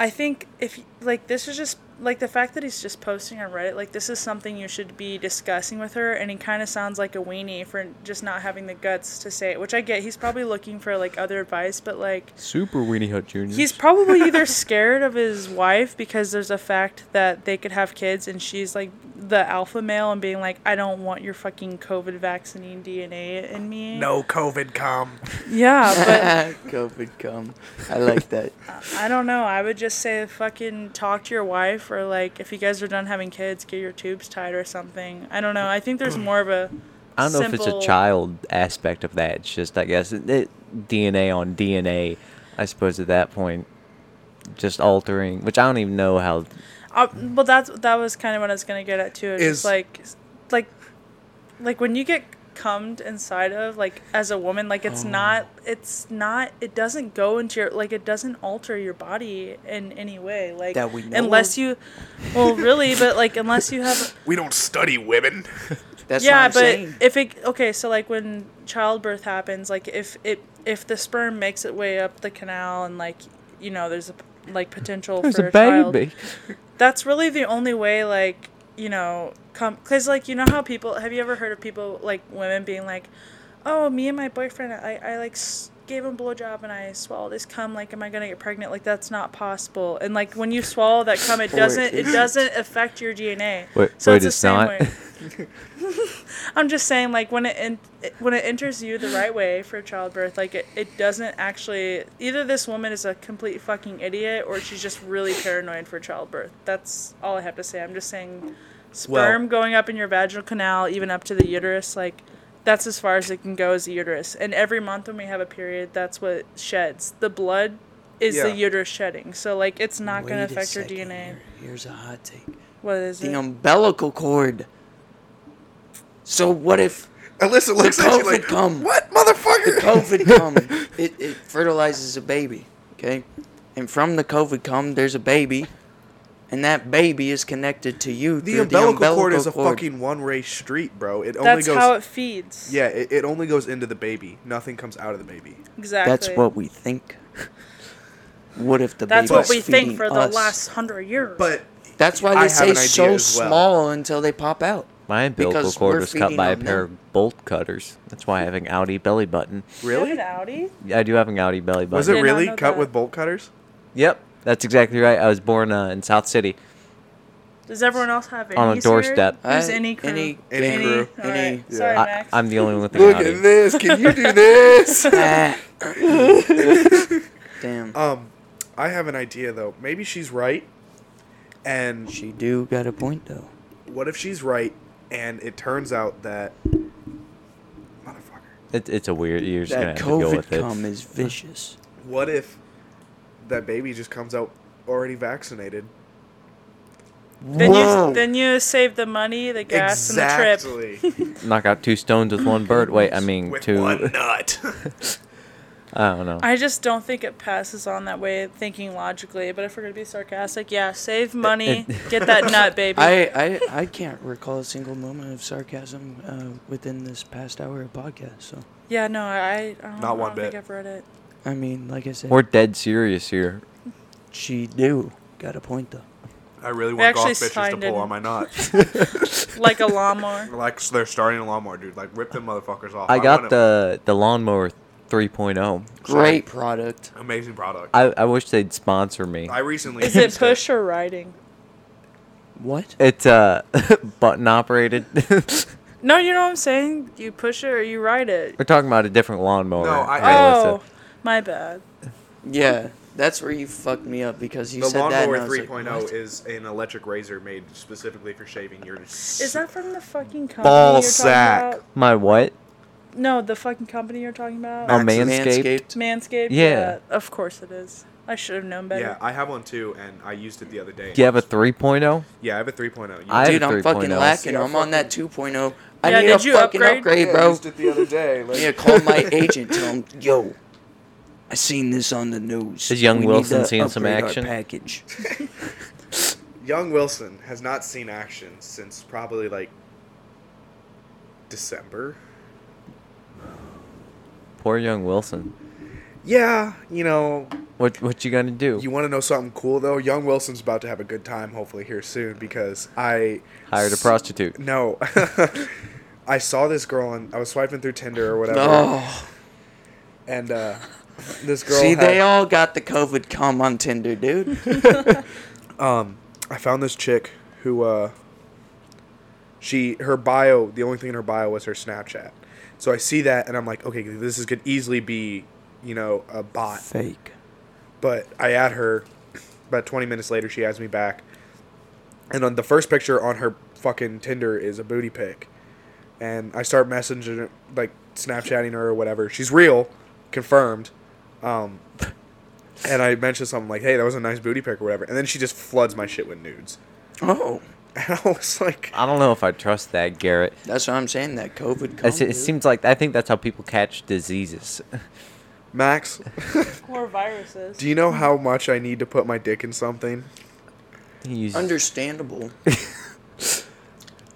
[SPEAKER 3] I think if y- like this is just like the fact that he's just posting on Reddit, like this is something you should be discussing with her, and he kind of sounds like a weenie for just not having the guts to say it, which I get. He's probably looking for like other advice, but like
[SPEAKER 2] super weenie hut junior.
[SPEAKER 3] He's probably either scared of his wife because there's a fact that they could have kids and she's like the alpha male and being like, I don't want your fucking COVID vaccine DNA in me.
[SPEAKER 4] no COVID come.
[SPEAKER 3] Yeah,
[SPEAKER 1] Ah, COVID come. I like that.
[SPEAKER 3] but I don't know. I would just say fucking talk to your wife or like if you guys are done having kids, get your tubes tied or something. I don't know. I think there's more of a
[SPEAKER 2] I don't know if it's a
[SPEAKER 3] simple-
[SPEAKER 2] child aspect of that. It's just I guess it, it, DNA on DNA. I suppose at that point, just altering, which I don't even know how.
[SPEAKER 3] Uh, well, that's that was kind of what I was gonna get at too. It's
[SPEAKER 4] Is-
[SPEAKER 3] just like, like, like when you get cummed inside of, like, as a woman, like
[SPEAKER 1] Oh.
[SPEAKER 3] it's not, it's not, it doesn't go into your, like, it doesn't alter your body in any way, like,
[SPEAKER 1] That we know
[SPEAKER 3] unless
[SPEAKER 1] of.
[SPEAKER 3] you, well, really, but like, unless you have,
[SPEAKER 4] We don't study women.
[SPEAKER 1] That's what
[SPEAKER 3] yeah,
[SPEAKER 1] I'm
[SPEAKER 3] but
[SPEAKER 1] saying.
[SPEAKER 3] if it okay, so like when childbirth happens, like if it if the sperm makes its way up the canal and like you know there's a like potential for a, child that's really the only way like you know come because like you know how people have you ever heard of people like women being like oh me and my boyfriend i, I like s- gave him a blowjob and I swallowed his cum. Like, am I gonna get pregnant? Like, that's not possible. And like, when you swallow that cum, it
[SPEAKER 1] Boy,
[SPEAKER 3] doesn't it
[SPEAKER 1] it's-
[SPEAKER 3] doesn't affect your DNA.
[SPEAKER 2] Wait-
[SPEAKER 3] so
[SPEAKER 2] wait,
[SPEAKER 3] it's the
[SPEAKER 2] it's
[SPEAKER 3] same
[SPEAKER 2] not?
[SPEAKER 3] way. I'm just saying, like when it, in, it when it enters you the right way for childbirth, like it, it doesn't actually. Either this woman is a complete fucking idiot, or she's just really paranoid for childbirth. That's all I have to say. I'm just saying,
[SPEAKER 4] Well-
[SPEAKER 3] sperm going up in your vaginal canal, even up to the uterus, like that's as far as it can go as the uterus. And every month when we have a period, that's what sheds. The blood is the
[SPEAKER 4] Yeah.
[SPEAKER 3] uterus shedding. So like it's not going
[SPEAKER 1] Wait a
[SPEAKER 3] to affect your
[SPEAKER 1] second
[SPEAKER 3] DNA.
[SPEAKER 1] here. Here's a hot take.
[SPEAKER 3] What is
[SPEAKER 1] The
[SPEAKER 3] it?
[SPEAKER 1] umbilical cord. So what if
[SPEAKER 4] Alyssa looks
[SPEAKER 1] The
[SPEAKER 4] at you
[SPEAKER 1] COVID
[SPEAKER 4] like,
[SPEAKER 1] cum.
[SPEAKER 4] "What, motherfucker?"
[SPEAKER 1] COVID cum? It, it fertilizes a baby, okay? And from the COVID cum, there's a baby, and that baby is connected to you
[SPEAKER 4] the
[SPEAKER 1] through
[SPEAKER 4] umbilical,
[SPEAKER 1] the umbilical
[SPEAKER 4] cord is a
[SPEAKER 1] cord.
[SPEAKER 4] fucking one-way street, bro. It only
[SPEAKER 3] That's
[SPEAKER 4] goes.
[SPEAKER 3] how it feeds.
[SPEAKER 4] yeah, it, it only goes into the baby. Nothing comes out of the baby.
[SPEAKER 3] Exactly.
[SPEAKER 1] That's what we think. What if the
[SPEAKER 3] That's
[SPEAKER 1] baby
[SPEAKER 3] what we
[SPEAKER 1] was
[SPEAKER 3] think
[SPEAKER 1] feeding
[SPEAKER 3] for the
[SPEAKER 1] us?
[SPEAKER 3] last hundred years.
[SPEAKER 4] But
[SPEAKER 1] That's why
[SPEAKER 4] I
[SPEAKER 1] they
[SPEAKER 4] have
[SPEAKER 1] say
[SPEAKER 4] an idea
[SPEAKER 1] so
[SPEAKER 4] as well.
[SPEAKER 1] small until they pop out.
[SPEAKER 2] My umbilical
[SPEAKER 1] Because
[SPEAKER 2] cord
[SPEAKER 1] we're
[SPEAKER 2] was cut
[SPEAKER 1] feeding
[SPEAKER 2] by a
[SPEAKER 1] on
[SPEAKER 2] pair
[SPEAKER 1] them.
[SPEAKER 2] of bolt cutters. That's why I have an Audi belly button.
[SPEAKER 4] really,
[SPEAKER 3] Is it Audi?
[SPEAKER 2] I do have an Audi belly button.
[SPEAKER 4] was it
[SPEAKER 3] Did not
[SPEAKER 4] really
[SPEAKER 3] know
[SPEAKER 4] cut
[SPEAKER 3] that.
[SPEAKER 4] with bolt cutters?
[SPEAKER 2] Yep, that's exactly right. I was born uh, in South City.
[SPEAKER 3] Does everyone else have any?
[SPEAKER 2] On a doorstep.
[SPEAKER 3] Who's
[SPEAKER 1] I-
[SPEAKER 3] any crew?
[SPEAKER 1] any-
[SPEAKER 4] Any
[SPEAKER 3] Any?
[SPEAKER 4] crew.
[SPEAKER 3] All right.
[SPEAKER 1] Any.
[SPEAKER 4] Yeah.
[SPEAKER 3] Sorry,
[SPEAKER 2] I,
[SPEAKER 3] Max.
[SPEAKER 2] I'm the only one with an
[SPEAKER 4] Look
[SPEAKER 2] Audi.
[SPEAKER 4] at this. Can you do this?
[SPEAKER 1] Ah. Damn.
[SPEAKER 4] um, I have an idea though. Maybe she's right, and
[SPEAKER 1] She do got a point though.
[SPEAKER 4] what if she's right and it turns out that motherfucker
[SPEAKER 2] It, it's a weird. You're just
[SPEAKER 1] That
[SPEAKER 2] gonna have to deal
[SPEAKER 1] COVID
[SPEAKER 2] with it.
[SPEAKER 1] cum is vicious.
[SPEAKER 4] what if that baby just comes out already vaccinated
[SPEAKER 3] Then
[SPEAKER 1] Whoa.
[SPEAKER 3] you then you save the money, the gas, and the trip.
[SPEAKER 4] exactly
[SPEAKER 2] Knock out two stones with one bird. Wait, I mean
[SPEAKER 4] with
[SPEAKER 2] two.
[SPEAKER 4] one nut
[SPEAKER 2] I don't know.
[SPEAKER 3] I just don't think it passes on that way, thinking logically. But if we're gonna be sarcastic, yeah, save money, get that nut, baby.
[SPEAKER 1] I, I I can't recall a single moment of sarcasm uh, within this past hour of podcast. So
[SPEAKER 3] yeah, no, I, I don't,
[SPEAKER 4] Not one
[SPEAKER 3] I don't think
[SPEAKER 4] bit.
[SPEAKER 3] I've read it.
[SPEAKER 1] I mean, like I said,
[SPEAKER 2] We're dead serious here.
[SPEAKER 1] she do got a point though.
[SPEAKER 4] i really
[SPEAKER 3] We
[SPEAKER 4] want golf
[SPEAKER 3] actually
[SPEAKER 4] bitches to
[SPEAKER 3] signed
[SPEAKER 4] pull
[SPEAKER 3] in-
[SPEAKER 4] on my nut
[SPEAKER 3] Like a lawnmower.
[SPEAKER 4] like so they're starting a lawnmower dude like rip them motherfuckers off
[SPEAKER 2] I got
[SPEAKER 4] want
[SPEAKER 2] the the lawnmower 3.0.
[SPEAKER 1] Great product.
[SPEAKER 4] an amazing product i,
[SPEAKER 2] I, I wish they'd sponsor me.
[SPEAKER 4] recently
[SPEAKER 3] Is it
[SPEAKER 4] used
[SPEAKER 3] push or riding?
[SPEAKER 1] What?
[SPEAKER 2] It's uh button operated. We're
[SPEAKER 3] No, you know what I'm saying. You push it or you ride it.
[SPEAKER 2] talking about a different lawnmower.
[SPEAKER 4] No, I-
[SPEAKER 2] Alyssa.
[SPEAKER 3] Oh, my bad.
[SPEAKER 1] Yeah, that's where you fucked me up because you
[SPEAKER 4] the
[SPEAKER 1] said that.
[SPEAKER 4] lawnmower
[SPEAKER 1] and I was like,
[SPEAKER 4] 3.0
[SPEAKER 1] what?
[SPEAKER 4] is an electric razor made specifically for shaving your
[SPEAKER 3] Is that from the fucking company
[SPEAKER 4] Ball
[SPEAKER 3] you're talking
[SPEAKER 4] sack.
[SPEAKER 3] about?
[SPEAKER 2] My what?
[SPEAKER 3] No, the fucking company you're talking about.
[SPEAKER 2] Oh,
[SPEAKER 4] Max's
[SPEAKER 2] Manscaped.
[SPEAKER 1] Manscaped.
[SPEAKER 3] Manscaped.
[SPEAKER 2] Yeah.
[SPEAKER 3] of course it is. I should have known better.
[SPEAKER 4] yeah i have one too and i used it the other day
[SPEAKER 2] Do you have a oh? 3.0?
[SPEAKER 4] yeah i have a 3.0 You
[SPEAKER 2] I-
[SPEAKER 1] Dude, I'm
[SPEAKER 2] 3.0.
[SPEAKER 1] fucking lacking.
[SPEAKER 4] Yeah,
[SPEAKER 1] I'm on that 2.0. I
[SPEAKER 3] Yeah,
[SPEAKER 1] need
[SPEAKER 3] did
[SPEAKER 1] a
[SPEAKER 3] you
[SPEAKER 1] fucking
[SPEAKER 3] upgrade?
[SPEAKER 1] upgrade,
[SPEAKER 4] Yeah, I
[SPEAKER 1] bro.
[SPEAKER 4] used it the other day.
[SPEAKER 1] I
[SPEAKER 4] Like,
[SPEAKER 1] need to call my agent. Tell him, yo, I seen this on the news.
[SPEAKER 2] Has young
[SPEAKER 1] We need
[SPEAKER 2] Wilson
[SPEAKER 1] to
[SPEAKER 2] seen some
[SPEAKER 1] upgrade our
[SPEAKER 2] action?"
[SPEAKER 1] Package.
[SPEAKER 4] Young Wilson has not seen action since probably like December.
[SPEAKER 2] Poor young Wilson.
[SPEAKER 4] Yeah, you know,
[SPEAKER 2] What what you gonna do?
[SPEAKER 4] you want to know something cool though? Young Wilson's about to have a good time hopefully here soon because I
[SPEAKER 2] Hired a prostitute.
[SPEAKER 4] No. I saw this girl on I was swiping through Tinder or whatever
[SPEAKER 1] Oh,
[SPEAKER 4] and uh this girl
[SPEAKER 1] see,
[SPEAKER 4] had-
[SPEAKER 1] they all got the COVID cum on Tinder, dude.
[SPEAKER 4] um I found this chick who uh she her bio the only thing in her bio was her Snapchat. So I see that and I'm like, okay, this is could easily be, you know, a bot.
[SPEAKER 1] Fake.
[SPEAKER 4] But I add her. About 20 minutes later, she adds me back. And on the first picture on her fucking Tinder is a booty pic. And I start messaging, her, like Snapchatting her or whatever. She's real, confirmed. Um, and I mentioned something like, "Hey, that was a nice booty pic or whatever." And then she just floods my shit with nudes.
[SPEAKER 1] Oh,
[SPEAKER 4] And I was like,
[SPEAKER 2] I don't know if I trust that, Garrett.
[SPEAKER 1] that's what I'm saying. That COVID cum.
[SPEAKER 2] It's, it
[SPEAKER 1] dude.
[SPEAKER 2] seems like I think that's how people catch diseases.
[SPEAKER 4] "Max,
[SPEAKER 3] Or viruses.
[SPEAKER 4] do you know how much I need to put my dick in something?"
[SPEAKER 2] He's-
[SPEAKER 1] understandable.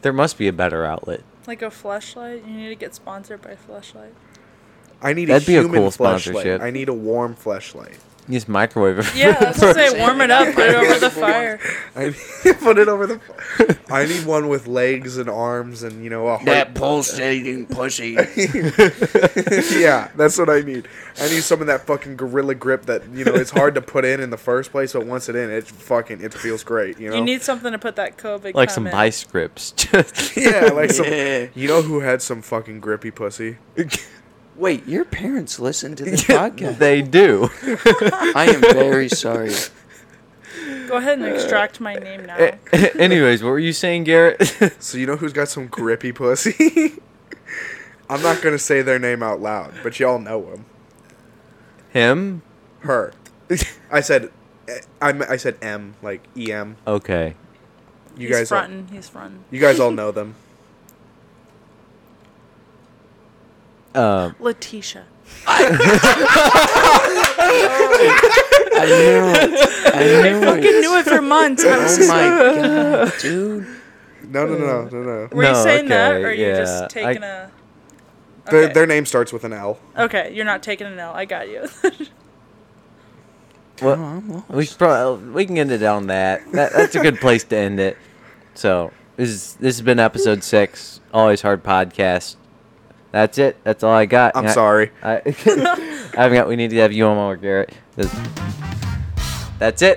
[SPEAKER 2] there must be a better outlet.
[SPEAKER 3] like a flashlight. You need to get sponsored by flashlight.
[SPEAKER 4] I need
[SPEAKER 2] That'd
[SPEAKER 4] a
[SPEAKER 2] be a
[SPEAKER 4] human
[SPEAKER 2] cool
[SPEAKER 4] fleshlight.
[SPEAKER 2] sponsorship.
[SPEAKER 4] I need a warm fleshlight.
[SPEAKER 2] Use microwave. it
[SPEAKER 3] Yeah, I was gonna say warm it up, put it over the
[SPEAKER 4] Everyone.
[SPEAKER 3] fire.
[SPEAKER 4] I need, put it over the. I need one with legs and arms and you know a heart.
[SPEAKER 1] That pulsating pussy.
[SPEAKER 4] yeah, that's what I need. I need some of that fucking gorilla grip that you know it's hard to put in in the first place, but once it in, it fucking it feels great. You know.
[SPEAKER 3] You need something to put that COVID
[SPEAKER 2] like
[SPEAKER 3] cum
[SPEAKER 2] some
[SPEAKER 3] in.
[SPEAKER 2] vice grips. Just-
[SPEAKER 4] yeah, like some.
[SPEAKER 1] Yeah.
[SPEAKER 4] You know who had some fucking grippy pussy?
[SPEAKER 1] Wait, your parents listen to this podcast.
[SPEAKER 2] they do.
[SPEAKER 1] I am very sorry.
[SPEAKER 3] Go ahead and extract
[SPEAKER 2] Eh,
[SPEAKER 3] my name now.
[SPEAKER 2] Anyways, what were you saying, Garrett?
[SPEAKER 4] So you know who's got some grippy pussy? I'm not gonna say their name out loud, but y'all know him.
[SPEAKER 2] Him?
[SPEAKER 4] Her. I said, eh, I, I said M like E M.
[SPEAKER 2] Okay.
[SPEAKER 4] You
[SPEAKER 3] he's
[SPEAKER 4] guys, all,
[SPEAKER 3] fronting. He's fronting.
[SPEAKER 4] you guys all know them.
[SPEAKER 2] Um,
[SPEAKER 3] Letitia.
[SPEAKER 1] I knew it. I knew
[SPEAKER 3] I
[SPEAKER 1] it.
[SPEAKER 3] knew it for months. I was
[SPEAKER 1] Oh
[SPEAKER 3] just-
[SPEAKER 1] my god, dude.
[SPEAKER 4] No, no, no, no, no.
[SPEAKER 3] Were you
[SPEAKER 2] No,
[SPEAKER 3] saying that,
[SPEAKER 2] okay,
[SPEAKER 3] or are you
[SPEAKER 2] yeah,
[SPEAKER 3] just taking
[SPEAKER 2] I-
[SPEAKER 3] a?
[SPEAKER 4] Their,
[SPEAKER 3] Okay.
[SPEAKER 4] their name starts with an L.
[SPEAKER 3] okay, you're not taking an L. I got you.
[SPEAKER 1] Oh, I'm lost.
[SPEAKER 2] we should probably we can end it on that. that. That's a good place to end it. So this is, this has been episode six. Always hard podcast. That's it. That's all I got.
[SPEAKER 4] I'm
[SPEAKER 2] And I-
[SPEAKER 4] sorry.
[SPEAKER 2] I, I haven't got. We need to have you on more, Garrett. That's- That's it.